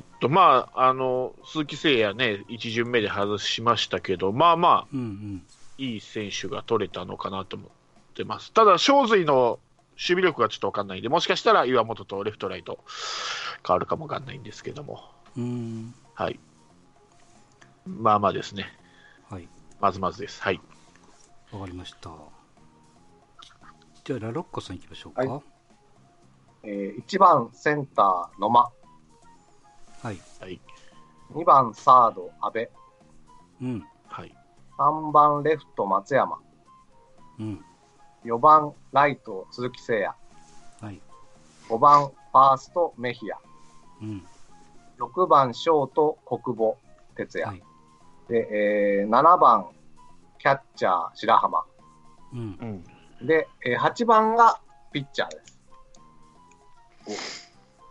ーっと、まあ、あの、鈴木誠也ね、1巡目で外しましたけど、まあまあ、
うんうん。
いい選手が取れたのかなと思ってます。ただ、正髄の守備力がちょっとわかんないんで、もしかしたら岩本とレフトライト変わるかもわかんないんですけども、
うーん。
はい。まあまあですね。
はい。
まずまずです。はい。
わかりました。じゃあ、ラロッカさん行きましょうか。
はえー1番センター野間、
はい。
はい。
2番サード阿部、
うん。
はい。
3番レフト松山、
うん。
4番ライト鈴木誠也、
はい。
5番ファーストメヒア、
うん。
6番ショート国母哲也、
はい
でえー7番キャッチャー白浜
うん
う。ん
で、えー8番がピッチャーです。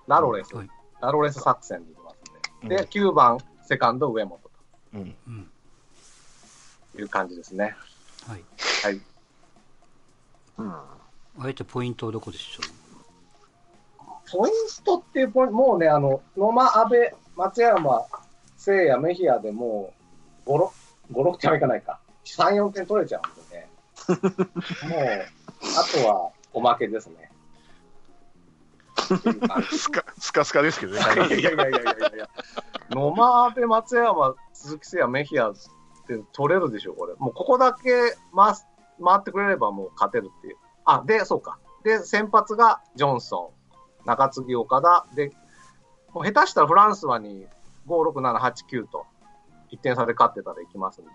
ラロレス、
はい。
ラロレス作戦でいきますんで。
うん
で、9番セカンド上本
うん
うん。
という感じですね。
はい。
はい。
うん。
あえてポイントはどこでしょ
ポイントっていうポイント、もうね、あの、野間、安倍、松山、聖夜、メヒアでもう、5、6、5、6点はいかないか。3、4点取れちゃうんでね。もう、あとはおまけですね。
う
っていうか
スカスカスカですけどね。
いやいやいやいやいやいや。野間、阿部、松山、鈴木誠也、メヒアって取れるでしょ、これ。もうここだけ回す回ってくれればもう勝てるっていう。あ、で、そうか。で、先発がジョンソン、中継ぎ、岡田。で、もう下手したらフランスはに5、6、7、8、9と1点差で勝ってたらいきますんで。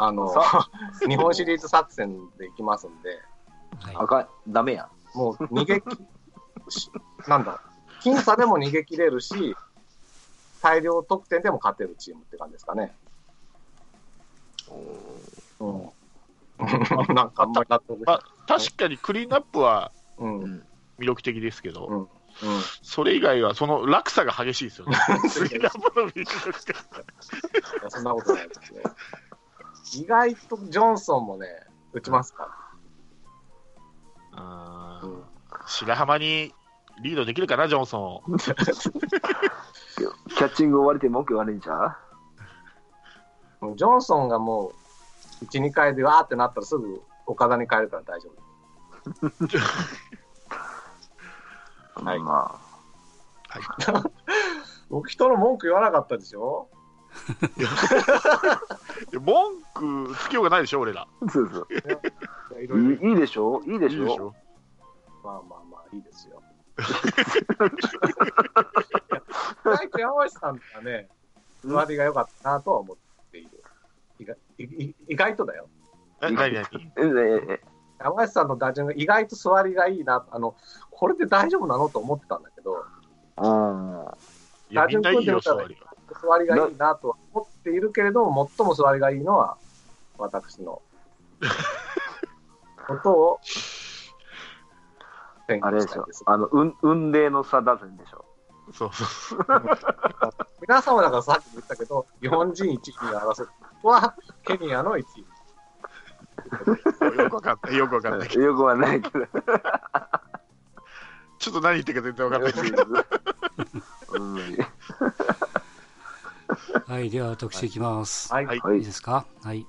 あの、日本シリーズ作戦でいきますんで。
は
あかん、ダメやん。
もう逃げき、しなんだ、僅差でも逃げ切れるし、大量得点でも勝てるチームって感じですかね。うん。 なんかあんまり納得し
まあ、 確かにクリーンアップは
うん。うん。
魅力的ですけど、
うん
それ以外はその落差が激しいですよね。 クリーンアップの魅力が。
いやそんなことないですね。意外とジョンソンもね、打ちますか
あ
ら。う
ー
ん。
白浜にリードできるかな、ジョンソンを。
キャッチング終わりて文句言われんじゃん
もうジョンソンがもう、1、2回でわーってなったらすぐ岡田に変えるから大丈夫。
はい。ま
僕人の文句言わなかったでしょ
文句つけようがないでしょ、俺ら。
あ、そうそう。
いやいろいろ
いいいでしょいいで
い
し
いでしょ
ょ
まあまあまあ、いいですよ。いや意外と山内さんがね、上手が良かったなとは思っている。意外いい意外とだよ。
え何々
えええ
山内さんの打順が意外と座りがいいな、あの、これで大丈夫なのと思ってたんだけど、
うん。
いや、みんないいよ、
打順
座
組んで
り
みたら意外と座りがいいなとは思っているけれども、最も座りがいいのは私 のことを宣
あれ
言し
でした
い
ょ
です。。
あの、うん、運命の差打線でしょ。
そうそう。
皆様だからさっきも言ったけど、日本人1位に争うここはケニアの1位。
よくわかんない。よくわかんない。
よくはないけど。
ちょっと何言ってるか全然わかんないですけど。
うん
い、はい、では私いきます。、
はい。
はい
はい
い
い。
ですかはい。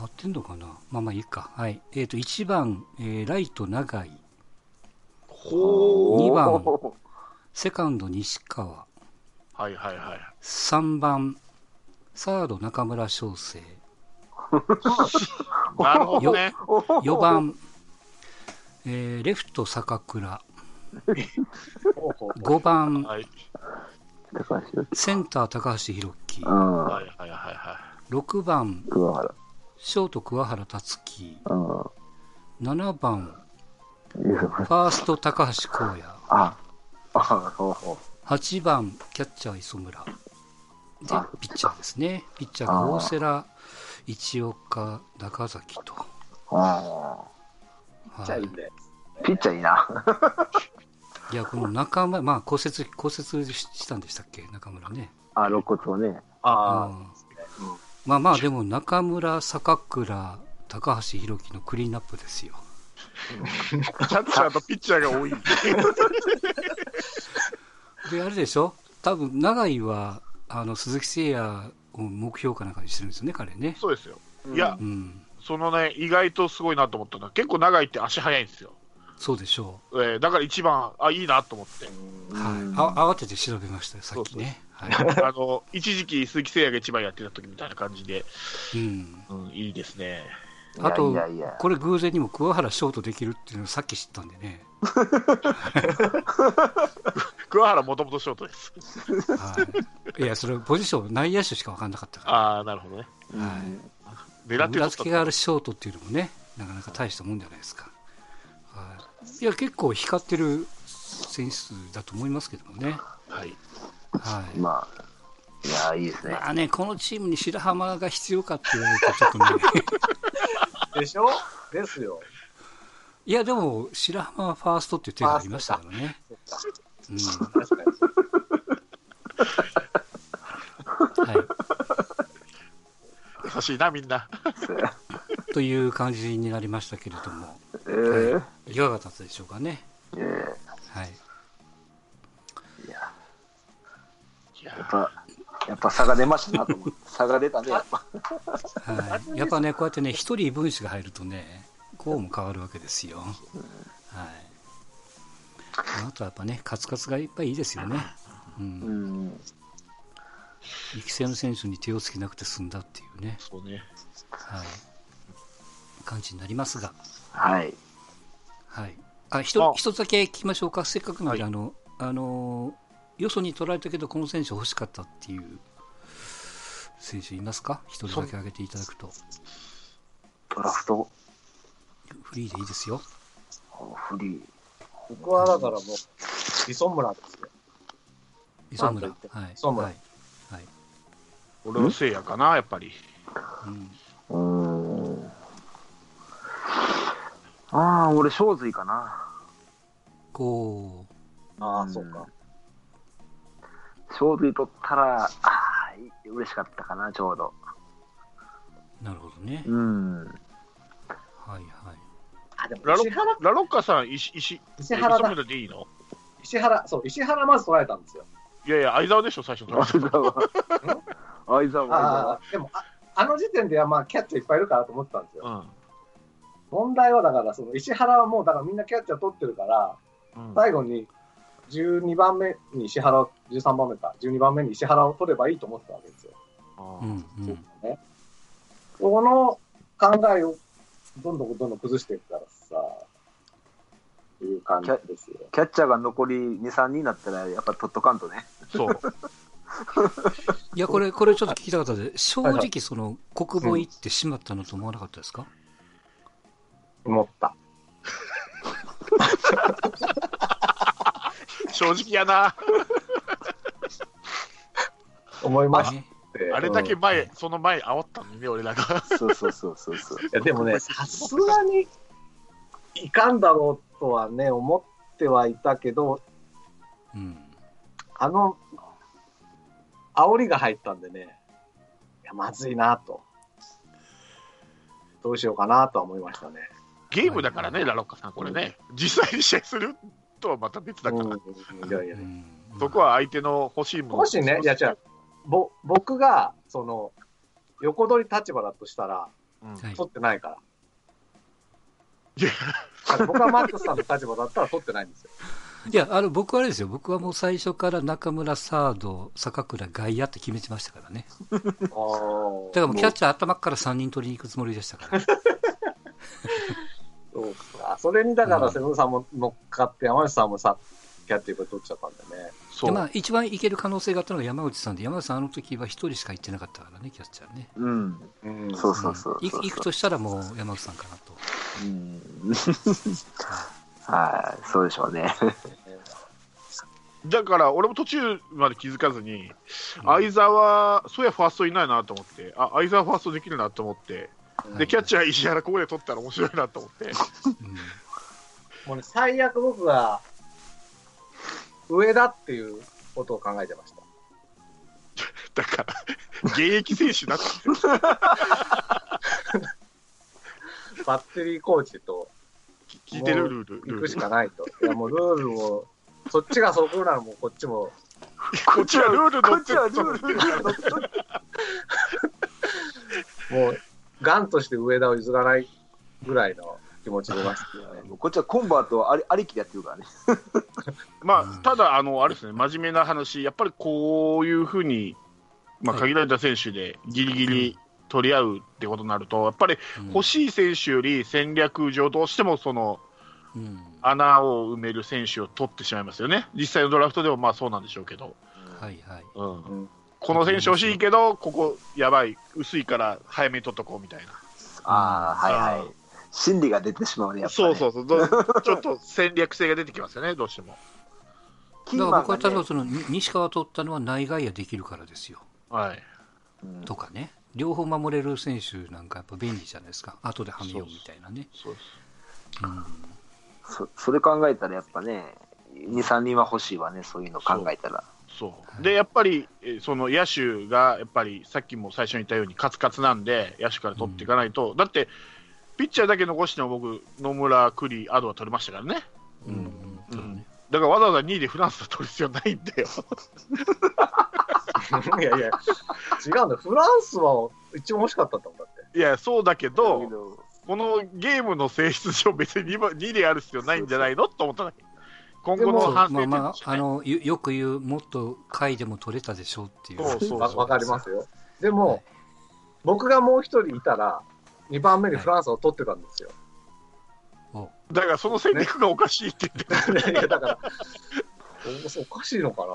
合ってんのかなまあまあいいか。はい。えっ、と、1番、えーライト長井、
お
2番
ー
セカンド西川、
はいはいはい。
3番、サード中村翔成、
なるほどね。
4番、えーレフト坂倉、
候補
5番、
はい
高橋
センター高橋宏樹
う、ん。
はいはいはいは
6番、
桑原。
ショート桑原達樹、
う
7番、
ん。いや
ファースト高橋光也、
あ、あ、ほうほ
8番、キャッチャー磯村。で
あ、
ピッチャーですね。ピッチャ
あ
ー、
ー
大瀬良、一岡、中崎と。
う。あ
じゃあ
はい
い
い
んで。
ーピッチャーいいな。
いや、この中村、まあ、骨折、骨折ししたんでしたっけ、中村ね。
あ、肋骨を
あ
うん
ね。
あ、うん
まあまあ、でも中村、坂倉、高橋宏樹のクリーンアップですよ。
い。キャッチャーとピッチャーが多い。
で、あれでしょ多分、永井は、あの、鈴木誠也を目標かなんかにしてるんですよね、彼ね。
そうですよ。いや
う、ん。
そのね、意外とすごいなと思ったのは、結構長いって足早いんですよ。
そうでしょ
えーだから一番、あ、いいなと思って。
う。はい。あ、慌てて調べましたよ、さっきね。はい。
あの、一時期鈴木誠也が一番やってた時みたいな感じで、
うん。
うん、いいですね。
あと
いやいやいや。
これ偶然にも桑原ショートできるっていうのをさっき知ったんでね、
桑原もともとショートです。
はい、いやそれポジション内野手しか分かんなかったか
ああ、なるほどね。
ら、は
狙って取
い、裏
っ
付
た
けがあるショートっていうのもねなかなか大したもんじゃないですか、はい、いや結構光ってる選手だと思いますけどもね、
はい。
はい
まあ、いや、いいですね。
まあねこのチームに白浜が必要かって言われるとちょっとね
でしょですよ。
いやでも白浜はファーストっていう手がありましたからね、
そっか
うん
確かに
はい、
優しいな、みんな。
という感じになりましたけれども
えー
いかがだったでしょうかね
えー
はい
いや
やっぱ、やっぱ差が出ましたなと思って。差が出たね、やっぱ。
はい、やっぱね、こうやってね、一人分子が入るとね、こうも変わるわけですよ。ははい、あとはやっぱね、カツカツがいっぱいいいですよね。う、
うんん。
育成の選手に手をつけなくて済んだっていうね、
そうね。
はい、感じになりますが、
はい。
はい、あひと
あ
一つだけ聞きましょうか、せっかくなんで、あのあのーよそに取られたけど、この選手欲しかったっていう選手いますか、一人だけ挙げていただくと、
ドラフト、
フリーでいいですよ。
フリー。
僕はだからもう、磯村ですよ。
磯村、
なん
は
と言って
い、
磯村
はい、
俺のせいやかな、やっぱり。
うん、
うーん。ああ、俺、正髄かな。
こう、
ああ、そうか。
正髄取ったら、ああ、い嬉しかったかな、ちょうど。
なるほどね、
う
は
ん。
いはい。
あ、でも
ラロ
石原、
ラロッカさん、石、石、
石
石
原だ。
村でいいの
石原、そう、石原まず取られたんですよ。
いやいや、相沢でしょ、最初の。
相沢。相
あ
沢。
あ、でも、ああの時点ではまあ、キャッチャーいっぱいいるかなと思ってたんですよ。
うん。
問題はだから、その石原はもう、だからみんなキャッチャー取ってるから、
うん
最後に12番目に石原を、13番目か、12番目に石原を取ればいいと思ってたわけですよ。
あ
うんうん
この考えをどんどんどんどん崩していくからさ、という感じですよ。
キャッチャーが残り2、3になったら、やっぱ取っとかんとね。
そう。
いや、これ、これちょっと聞きたかったんで、正直、その、国防行ってしまったのと思わなかったですか、
思った。
正直やな。
思いまし
ね
て。
あれだけ前、その前、煽ったのにね、俺らが。
そうそうそうそうそう。
いやでもね、さすがにいかんだろうとはね、思ってはいたけど、
うん。
あの、煽りが入ったんでね、いやまずいなと。どうしようかなとは思いましたね。
ゲームだからね、ラロッカさん、これね。実際に試合するとはまた別だから。
うんいやいや
う。ん
そこは相手の欲しいもの。
もしね、いや違う。、ぼ僕が、その、横取り立場だとしたら、
うん
はい
取ってないから。
いや
だから僕はマックスさんの立場だったら取ってないんですよ。
いや、あの、僕はあれですよ。僕はもう最初から中村サード、坂倉外野って決めてましたからね。
だか
だからもうキャッチャー頭から3人取りに行くつもりでしたから。
そうか。それにだから、瀬戸さんも乗っかって、山内さんもさ、キャッチボール取っちゃったんだよね。
そう。
まあ、一番いける可能性があったのが山内さんで、山内さんあの時は1人しか行ってなかったからね、キャッチャーね。
うん。
うん
そうそうそう。
ん行く行くとしたらもう山内さんかなと。
うん。 はい、そうでしょうね。
だから、俺も途中まで気づかずに、
うん
相沢、そうやファーストいないなと思って、あ、相沢ファーストできるなと思って、
うん
で、キャッチャー石原ここで取ったら面白いなと思って、
うん
もうね、最悪僕は、上だっていうことを考えてました。
だから、現役選手だって
バッテリーコーチと
聞いてるルール、
行
ル
くし
ール。
かないと。いや、もうルールを、そっちがそこならもうこっちも、
こっちはルール
こ
乗
っ
っ
ち
て
はルールが乗っ取っ
もう、ガンとして上田を譲らないぐらいの気持ちでいましたよね。
こっちはコンバートありありきでやってるからね。
まあ、ただ、あの、あれですね、真面目な話、やっぱりこういうふうに、まあ、
はい
限られた選手でギリギリ取り合うってことになると、やっぱり
うん
欲しい選手より戦略上、どうしてもその、
うん
穴を埋める選手を取ってしまいますよね、実際のドラフトでもまあそうなんでしょうけど、
はいはい。
ん
この選手欲しいけど、ここやばい、薄いから早めに取っとこうみたいな、
ああ、はいは
う
い。心理が出てしまうね、やっぱ、
そ
ね。
うそうそう、どちょっと戦略性が出てきますよね、どうしても。
キー
だか
マ
ら
ン
僕は
が
多
ね
分その、に西川取ったのは内外野できるからですよ。
はい、
うん
とかね、両方守れる選手なんかやっぱ便利じゃないですか、後ではめようみたいなね。
そうで
うん
そそれ考えたらやっぱね、2、3人は欲しいわね、そういうの考えたら。
すそう、
はい
でやっぱりえーその野手がやっぱりさっきも最初に言ったようにカツカツなんで野手から取っていかないと、だってピッチャーだけ残しても僕野村、栗、アドは取れましたからね
うん
うん
そうね
だからわざわざ2位でフランスは取る必要ないんだ よ
いやいや、違うんだよ。フランスは一番欲しかったんだもん、だって。
いやそうだけど
だけど
このゲームの性質上、別に 2, 2である必要ないんじゃないのと思っただけ。今後
そ
の
う
反省
まあ
点
ま
として
あ、あ
ね
のよよく言う、もっと回でも取れたでしょうっていう、
そうそう
わ
そう
わかりますよ。でも、僕がもう一人いたら、2番目にフランスを取ってたんです よ。
だからその戦略がおかしいって言って、
いやだから、おそうおかしいのか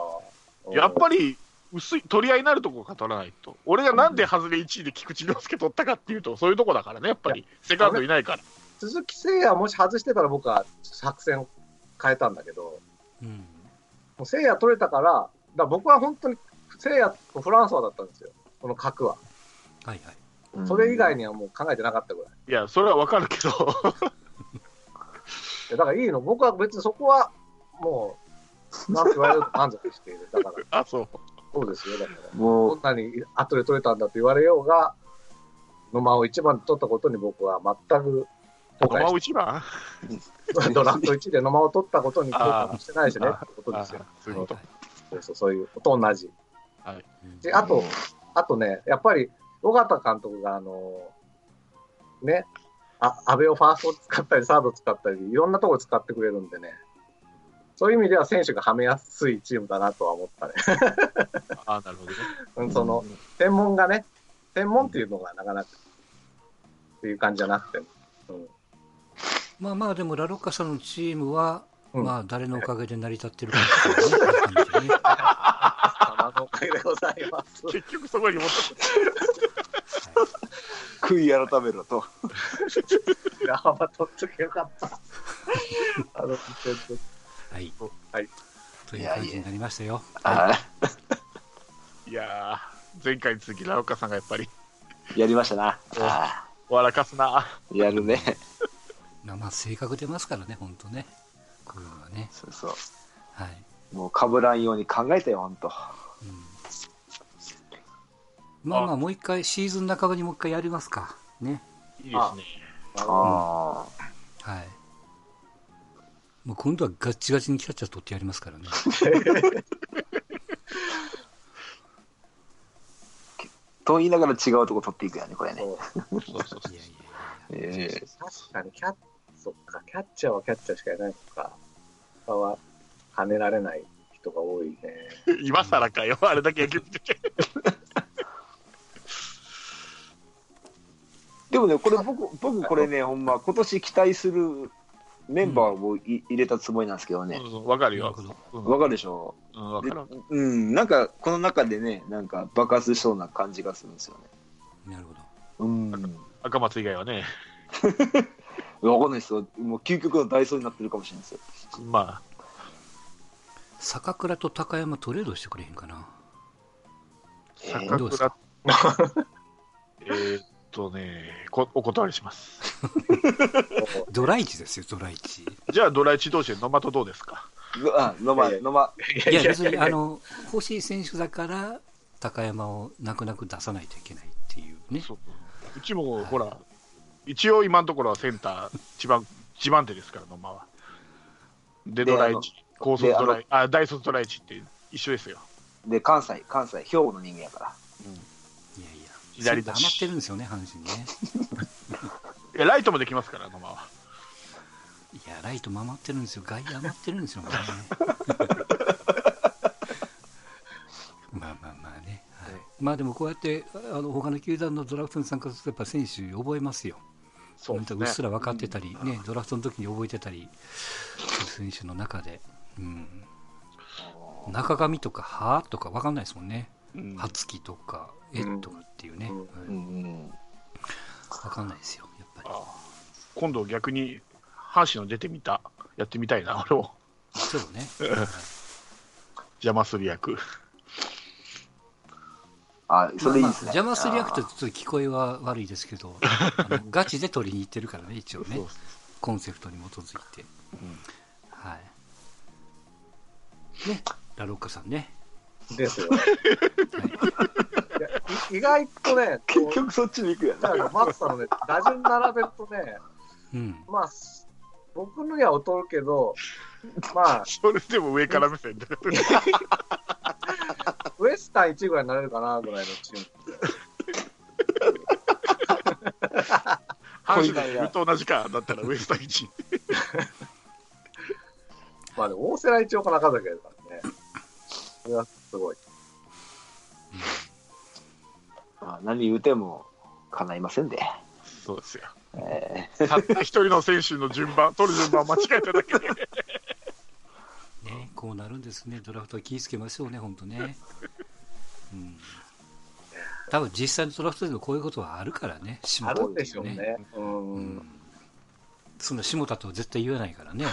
な。
やっぱり薄い取り合いになるところが取らないと、俺がなんで外れ1位で菊池涼介取ったかっていうと、そういうとこだからね、やっぱり、セカンドいないから。
鈴木誠也はもし外してたら僕は作戦を変えたんだけど、も
うん、
う誠也取れたから、だから僕は本当に誠也とフランソワだったんですよ。この角は。
はいはい、
それ以外にはもう考えてなかったぐらい。
いや、それはわかるけど、
いやだからいいの。僕は別にそこはもう、なんて言われると満足している。だから、
あ、そう。
そうで すよ。だから。
も
どんなに後で取れたんだと言われようが、野間を一番で取ったことに僕は全く後
野
悔
間
し
を一番
て、ドラフト1位で野間を取ったことに後悔もしてないしね
あー
ってことですよ。
そういうこと。
そうそうそういうこと同じ。
うん
で、あと、あとね、やっぱり尾形監督が、あの、ね、あ安倍をファースト使ったり、サード使ったり、いろんなところ使ってくれるんでね、そういう意味では選手がはめやすいチームだなとは思ったね。
ああ、なるほどね。
うんその、専門がね、専門っていうのがなかなか、っていう感じじゃなくて、
まあまあ、でも、ラロッカさんのチームは、
うん
まあ、誰のおかげで成り立ってるかっていうのはね感じ ね
玉のおかげでございます。
結局そこに戻って
う悔い改めろと。
ラハマ取っとけよかった。あの、
はい
はい
という感じになりましたよ。
はい
やー、前回に続き、ラロッカさんがやっぱり
いやりましたな。あ
笑かすな。
ーやるね。
まあまあ、性格出ますからね、本当ね、こういうのはね。
そうそ
はい、
う。もうかぶらんように考えたよ、ほんと。
うんまあまあ、もう一回、シーズン半ばにもう一回やりますか。ね。
いいですね。
あ
はい。もう今度はガッチガチにキャッチャー取ってやりますからね。
ーと言いながら違うとこ取っていくよね、これね。
そうそうそう
いやいや
ええ
確かにキャッ、そっか、キャッチャーはキャッチャーしかいないのか。他は跳ねられない人が多いね。
今更かよ、あれだけ野球見てて。
でもね、これ僕、僕これね、ほんま、今年期待するメンバーをい入れたつもりなんですけどね
そ。うそうわかる
な
よ
るほ。ど。
うん
わかるでしょ
うんわかるわかる。
うん、なんか、この中でね、なんか爆発しそうな感じがするんですよね。
なるほど。
うん。わ
赤松以外はね。
かんないですよ。もう究極のダイソーになってるかもしれないですよ。
ま
坂倉と高山トレードしてくれへんかな。
あ、
えー
坂
どうです
倉。 えーっとねこ、お断りします。
ドライチですよ、ドライチ。
じゃあ、ドラ1同士で野間とどうですか
のあ、のま、
いやいや
のま、
いや、別に、あの、欲しい選手だから、高山を泣く泣く出さないといけないっていうね。
そううちも、ほら、一応今のところはセンター、一番、一番手ですから、野間は。で、
で
ドラ
あの
1、高卒
であ
ド
の
ラ1、あ、大卒ドラ1って一緒ですよ。
で、関西、関西、兵庫の人間やから。
いやいや。
左出し
そう黙ってるんですよね、阪神ね。
いや、ライトもできますから、野間は。
いや、ライトも余ってるんですよ。外野余ってるんですよ、ね。 まあまあまあね。はい、まあでもこうやって、あの、他の球団のドラフトに参加すると、やっぱ選手覚えますよ。
そう
なん
で
か
す
うっ
ね。
すら分かってたり、ね、ドラフトの時に覚えてたり、選手の中で。うん。中上とか、はとか分かんないですもんね。
うん
はつきとか、え
うん
とかっていうね。
うん
う
うんん。
分かんないですよ、やっぱり。
あ今度逆に、阪神の出てみた、やってみたいな、俺も。
そうね。
邪魔する役。
あ、それいいですね。
邪魔する役とちょっと聞こえは悪いですけど、あのガチで取りに行ってるからね、一応ね
そう、
コンセプトに基づいて。はい。ね、ラロッカさんね。
ですよ。いやい 意外とね、こ
結
う
局そっちに行くや
だ
な
か。ら松さんのね、打順並べるとね、
うん。
まあ、僕のには劣るけど、まあ、
それでも上から目線で。
ウエスタン1位ぐらいになれるかなぐらいのチーム。
阪神の昼と同じかだったらウエスト1。
まあでも、大瀬良一応か中崎だからね。それはすごい。
まあ何言うても叶いませんで。
そうですよ。
え
たった一人の選手の順番、取る順番間違えただけで。
ね、こうなるんですね、ドラフトは気ぃつけましょうね、本 当ね。うん。多分実際のドラフトでもこういうことはあるからね、下
あ
田
る
っ
んで
てい
しょうね。うん。
うん。そんな下田とは絶対言わないからね。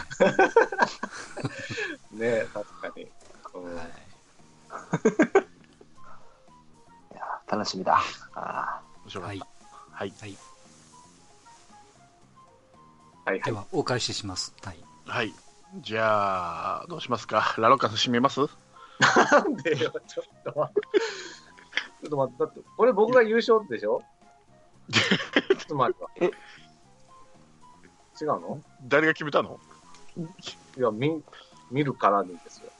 ね確かに。うん
はい
ーいや楽しみだ。あ
面白か
は
っ
い
た。はい。
はいは
で
い。
は、お返しします。はい。
はい。じゃあ、どうしますかラロッカさん閉めます
なんでよ、ちょっと待って。ちょっと待って、だって、これ僕が優勝でしょちょっと待って。違
え
うの
誰が決めたの
いや、見、見るからにですよ。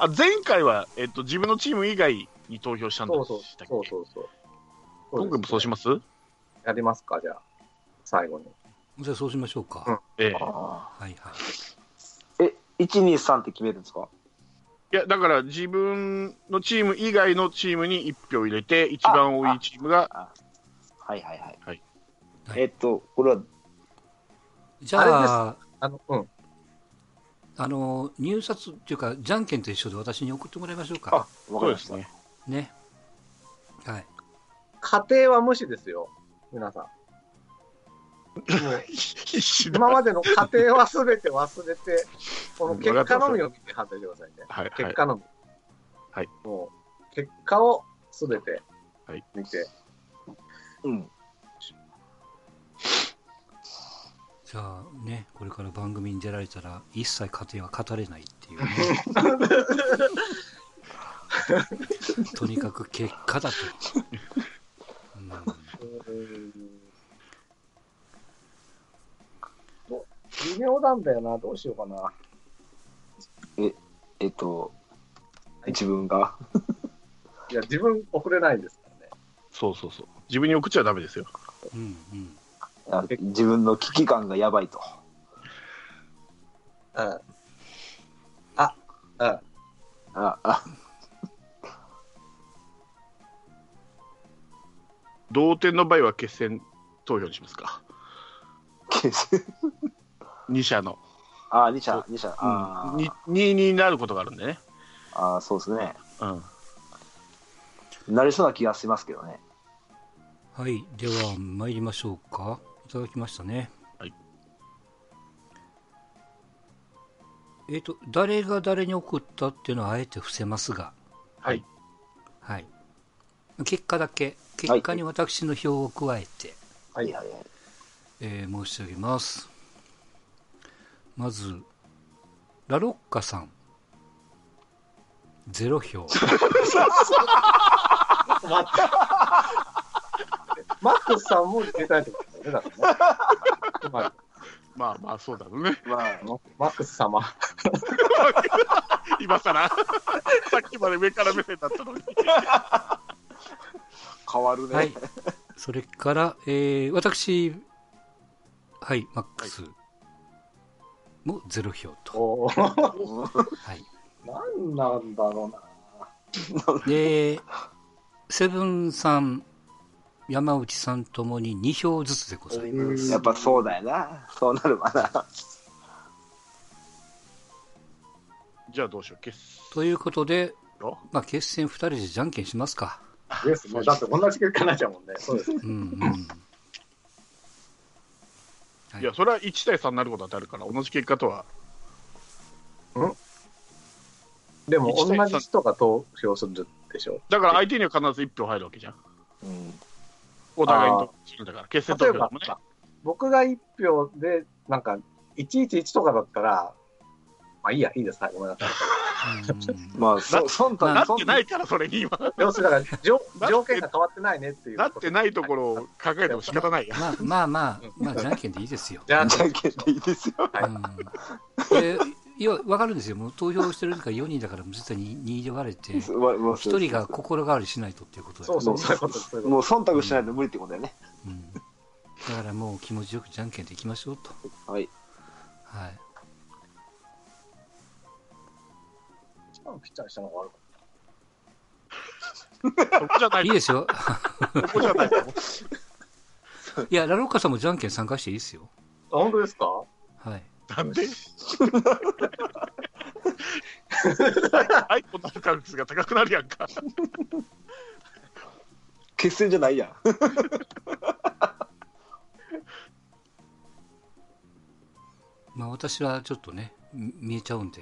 あ前回は、えっと、自分のチーム以外に投票したんだ
そうそう、
したっけ
そうそうそう。
今回もそうし
ま
ます
す。やりますか、じゃあ。最後に。
じゃあそうしましょうか。
うん
ええ
ーあ
はいはい。
ー。え、1、2、3って決めるんですか
いや、だから自分のチーム以外のチームに1票入れて、一番多いチームが、
はいはいはい。
はい
はい
えっと、これは、
じゃあ、あ
あの、うん。
の、入札っていうか、じゃんけんと一緒で私に送ってもらいましょうか。
わかりました。
ね。
ね。はい。
家庭は無視ですよ、皆さん。もう
必死だ。
今までの過程は全て忘れて、この結果のみを見て判断してくださいね。
はい、は
結
い。
果のみ。
はい
もう、結果を全て
はい
見て、
うん。
じゃあね、これから番組に出られたら、一切家庭は語れないっていうね。 とにかく結果だと。うん
ど微妙なんだよな、どうしようかな。
えっと、自分が。
いや、自分送れないですからね。
そうそうそう。自分に送っちゃダメですよ。
うんうん。
あ自分の危機感がやばいと。
うん。あ、うん。
ああ、
同点の場合は決選投票にしますか。
決戦
2社の。
あ、2社、2社。
うん
あー、
2位になることがあるんでね。
あー、そうですね。
うん。
なりそうな気がしますけどね。
はい。では、参りましょうか。いただきましたね。
はい。
えっ、と、誰が誰に送ったっていうのはあえて伏せますが、
はい。
はい。結果だけ、結果に私の票を加えて、
はいはいはい。
えー申し上げます。まず、ラロッカさん、ゼロ票。
マックスさんも出たいってことですよね、だからね。つま
まあまあ、そうだろうね。
まあ
り、マックス様。
今更さっきまで上から目線だったのに。
変わるね。
はい。それから、えー私、はい、マックスもゼロ票と。
おー
はい。
なんなんだろうな。
で、セブンさん、山内さんともに2票ずつでございます。
やっぱそうだよな。そうなるわな。
じゃあどうしよう。決
ということで、
よ
まあ、決戦2人でじゃんけんしますか。
ですね。だって同じ結果になっちゃうもんね。そうです。
うん うん。はい
いや、それは1対3になることだってあるから、同じ結果とは。
でも同じ人が投票するでしょ。
だから相手には必ず1票入るわけじゃん。
うん。
お互いにとだから、決戦投
例え
票
ば
だもんね。、
僕が1票で、なんか、111とかだったら、まあいいや、いいです。はい、ごめんなさい。
うん
まあ、そ、そん
な
た、そ
っ
ん
てないから、それに今。
要するに、だから条、条件が変わってないねっていう。
なってないところを考えても仕方ないや。
まあまあまあ、まあ、じゃんけんでいいですよ。
じゃあ
じゃんけんでいいですよ。
うん、でいや、わかるんですよ。もう投票してるから4人だから、絶対に2で割れて、1
わもう
人が心変わりしないとっていうことだ
そう
よ
そう、
ね
そういうことです。そういうこ
もう忖度しないと無理ってことだよね。
うんだからもう気持ちよくじゃんけんでいきましょうと。
はい。
はい。
一番ピッチャーにしたのが悪かっ
そこじゃない
いいですよ。
そこじゃないと思う
いや、ラロッカさんもじゃんけん参加していいですよ。
た。あ、本当ですか
はい。
なんでアイコンの確率が高くなるやんか。
決戦じゃないやん。
まあ私はちょっとね、み見えちゃうんで、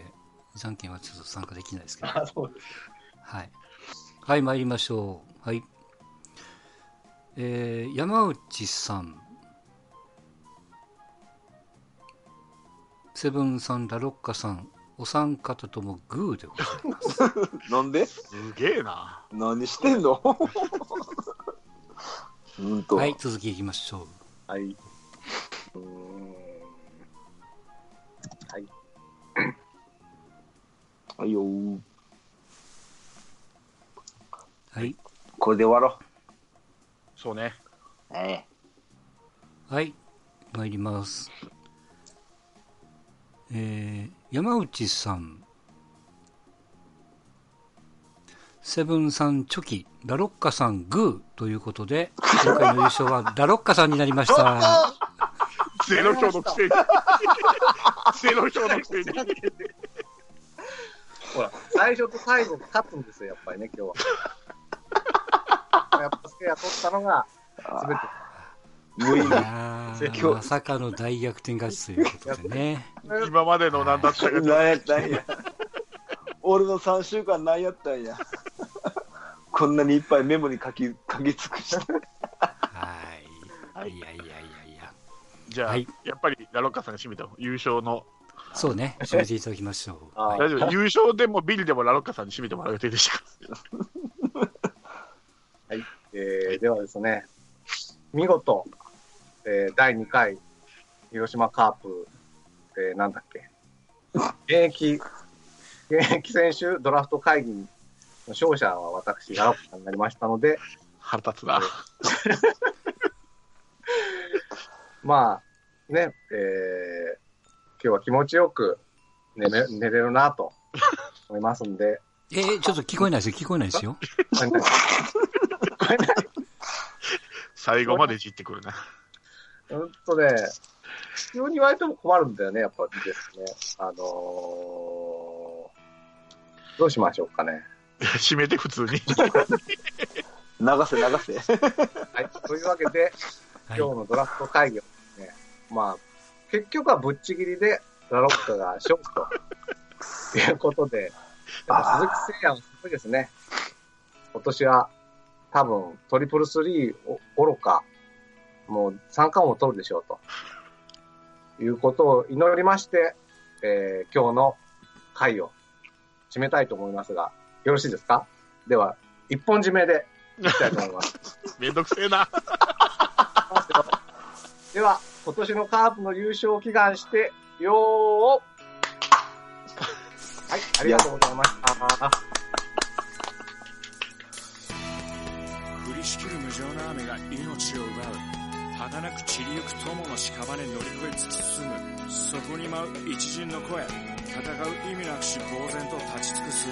じゃんけんはちょっと参加できないですけど。
あ、そうです。
はい。はい、参りましょう。はい。えー、山内さん。セブンさん、ラロッカさん、お三方ともグーでございます。
なんです
げえな。
何してんの うんと、
はい、続きいきましょう。
はい。うーん。はい。
はいよー
はい。
これで終わろ
そうね。
う。え
はい、参ります。えー、山内さん、セブンさんチョキ、ラロッカさんグーということで、今回の優勝はラロッカさんになりました。
ゼロ票のくせに。ゼ ロ票のくせに。
ほら、最初と最後が勝つんですよ、やっぱりね、今日は。やっぱスケア取ったのが、すべて。
え 無意
い
味。
やーまさかの大逆転勝ちということでね。
今までの何だったか。
何やったんや。俺の3週間何やったんや。こんなにいっぱいメモに書き書き尽くして。
はい。いやいやいやいや。
じゃあ、
はい
やっぱりラロッカさんが締めたの優勝の。
そうね、締めていただきましょう。
あ
大丈夫。優勝でもビリでもラロッカさんに締めてもらう予定でしたか
えーではですね、見事、えー第2回、広島カープ、えーなんだっけ、現役、現役選手ドラフト会議の勝者は私、ラロッカになりましたので、
腹立つな。
まあ、ね、えー今日は気持ちよく寝れ寝れるなと思いますんで、
えー、ちょっと聞こえないですよ、聞こえないですよ。
最後までいじってくるな。
本当ね、急に言われても困るんだよね、やっぱりですね。あのー、どうしましょうかね。
締めて普通に。
流せ流せ。
はい、というわけで、
はい
今日のドラフト会議はですね、まあ、結局はぶっちぎりで、ラロッカが勝利 ということで、やっぱ鈴木誠也はすごいですね。今年は多分トリプルスリーお愚か、もう三冠を取るでしょうと、いうことを祈りまして、えー今日の会を締めたいと思いますが、よろしいですかでは、一本締めでいきたいと思います。
めんどくせえな。
では、今年のカープの優勝を祈願して、よーをはい、ありがとうございました。
降りしきる無情な雨が命を奪う儚く散りゆく友の屍に乗り越え突き進むそこに舞う一陣の声戦う意味なくし呆然と立ち尽くす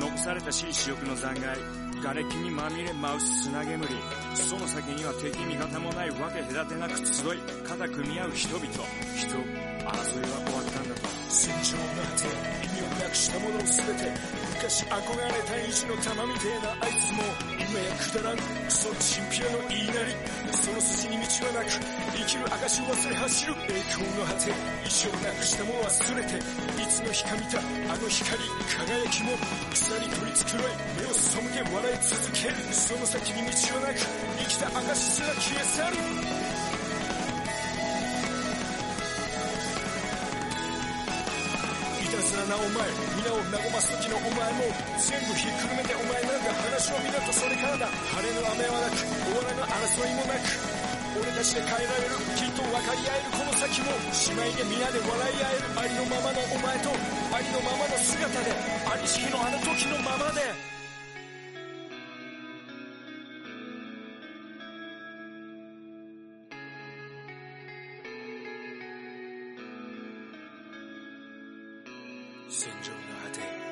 残された死に死翼の残骸瓦礫にまみれ舞う砂煙その先には敵味方もないわけ隔てなく集い肩組み合う人々人争いは終わったんだと戦場の果て意味をなくしたもの全て昔憧れた意地の玉みてえなあいつも今やくだらんクソチンピラの言いなりその筋に道はなく生きる証を忘れ走る栄光の果て意地をなくしたもの忘れていつの日か見たあの光輝きも草に取り繕い目を背け笑い続けるその先に道はなく生きた証すら消え去るいたずらなお前皆を和ます時のお前も全部ひっくるめてお前なんだ話を見ろとそれからだ晴れの雨はなく終わらぬ争いもなく俺たちで変えられるきっと分かり合えるこの先も姉妹で皆で笑い合えるありのままのお前とありのままの姿でありしきのあの時のままで戦場の果て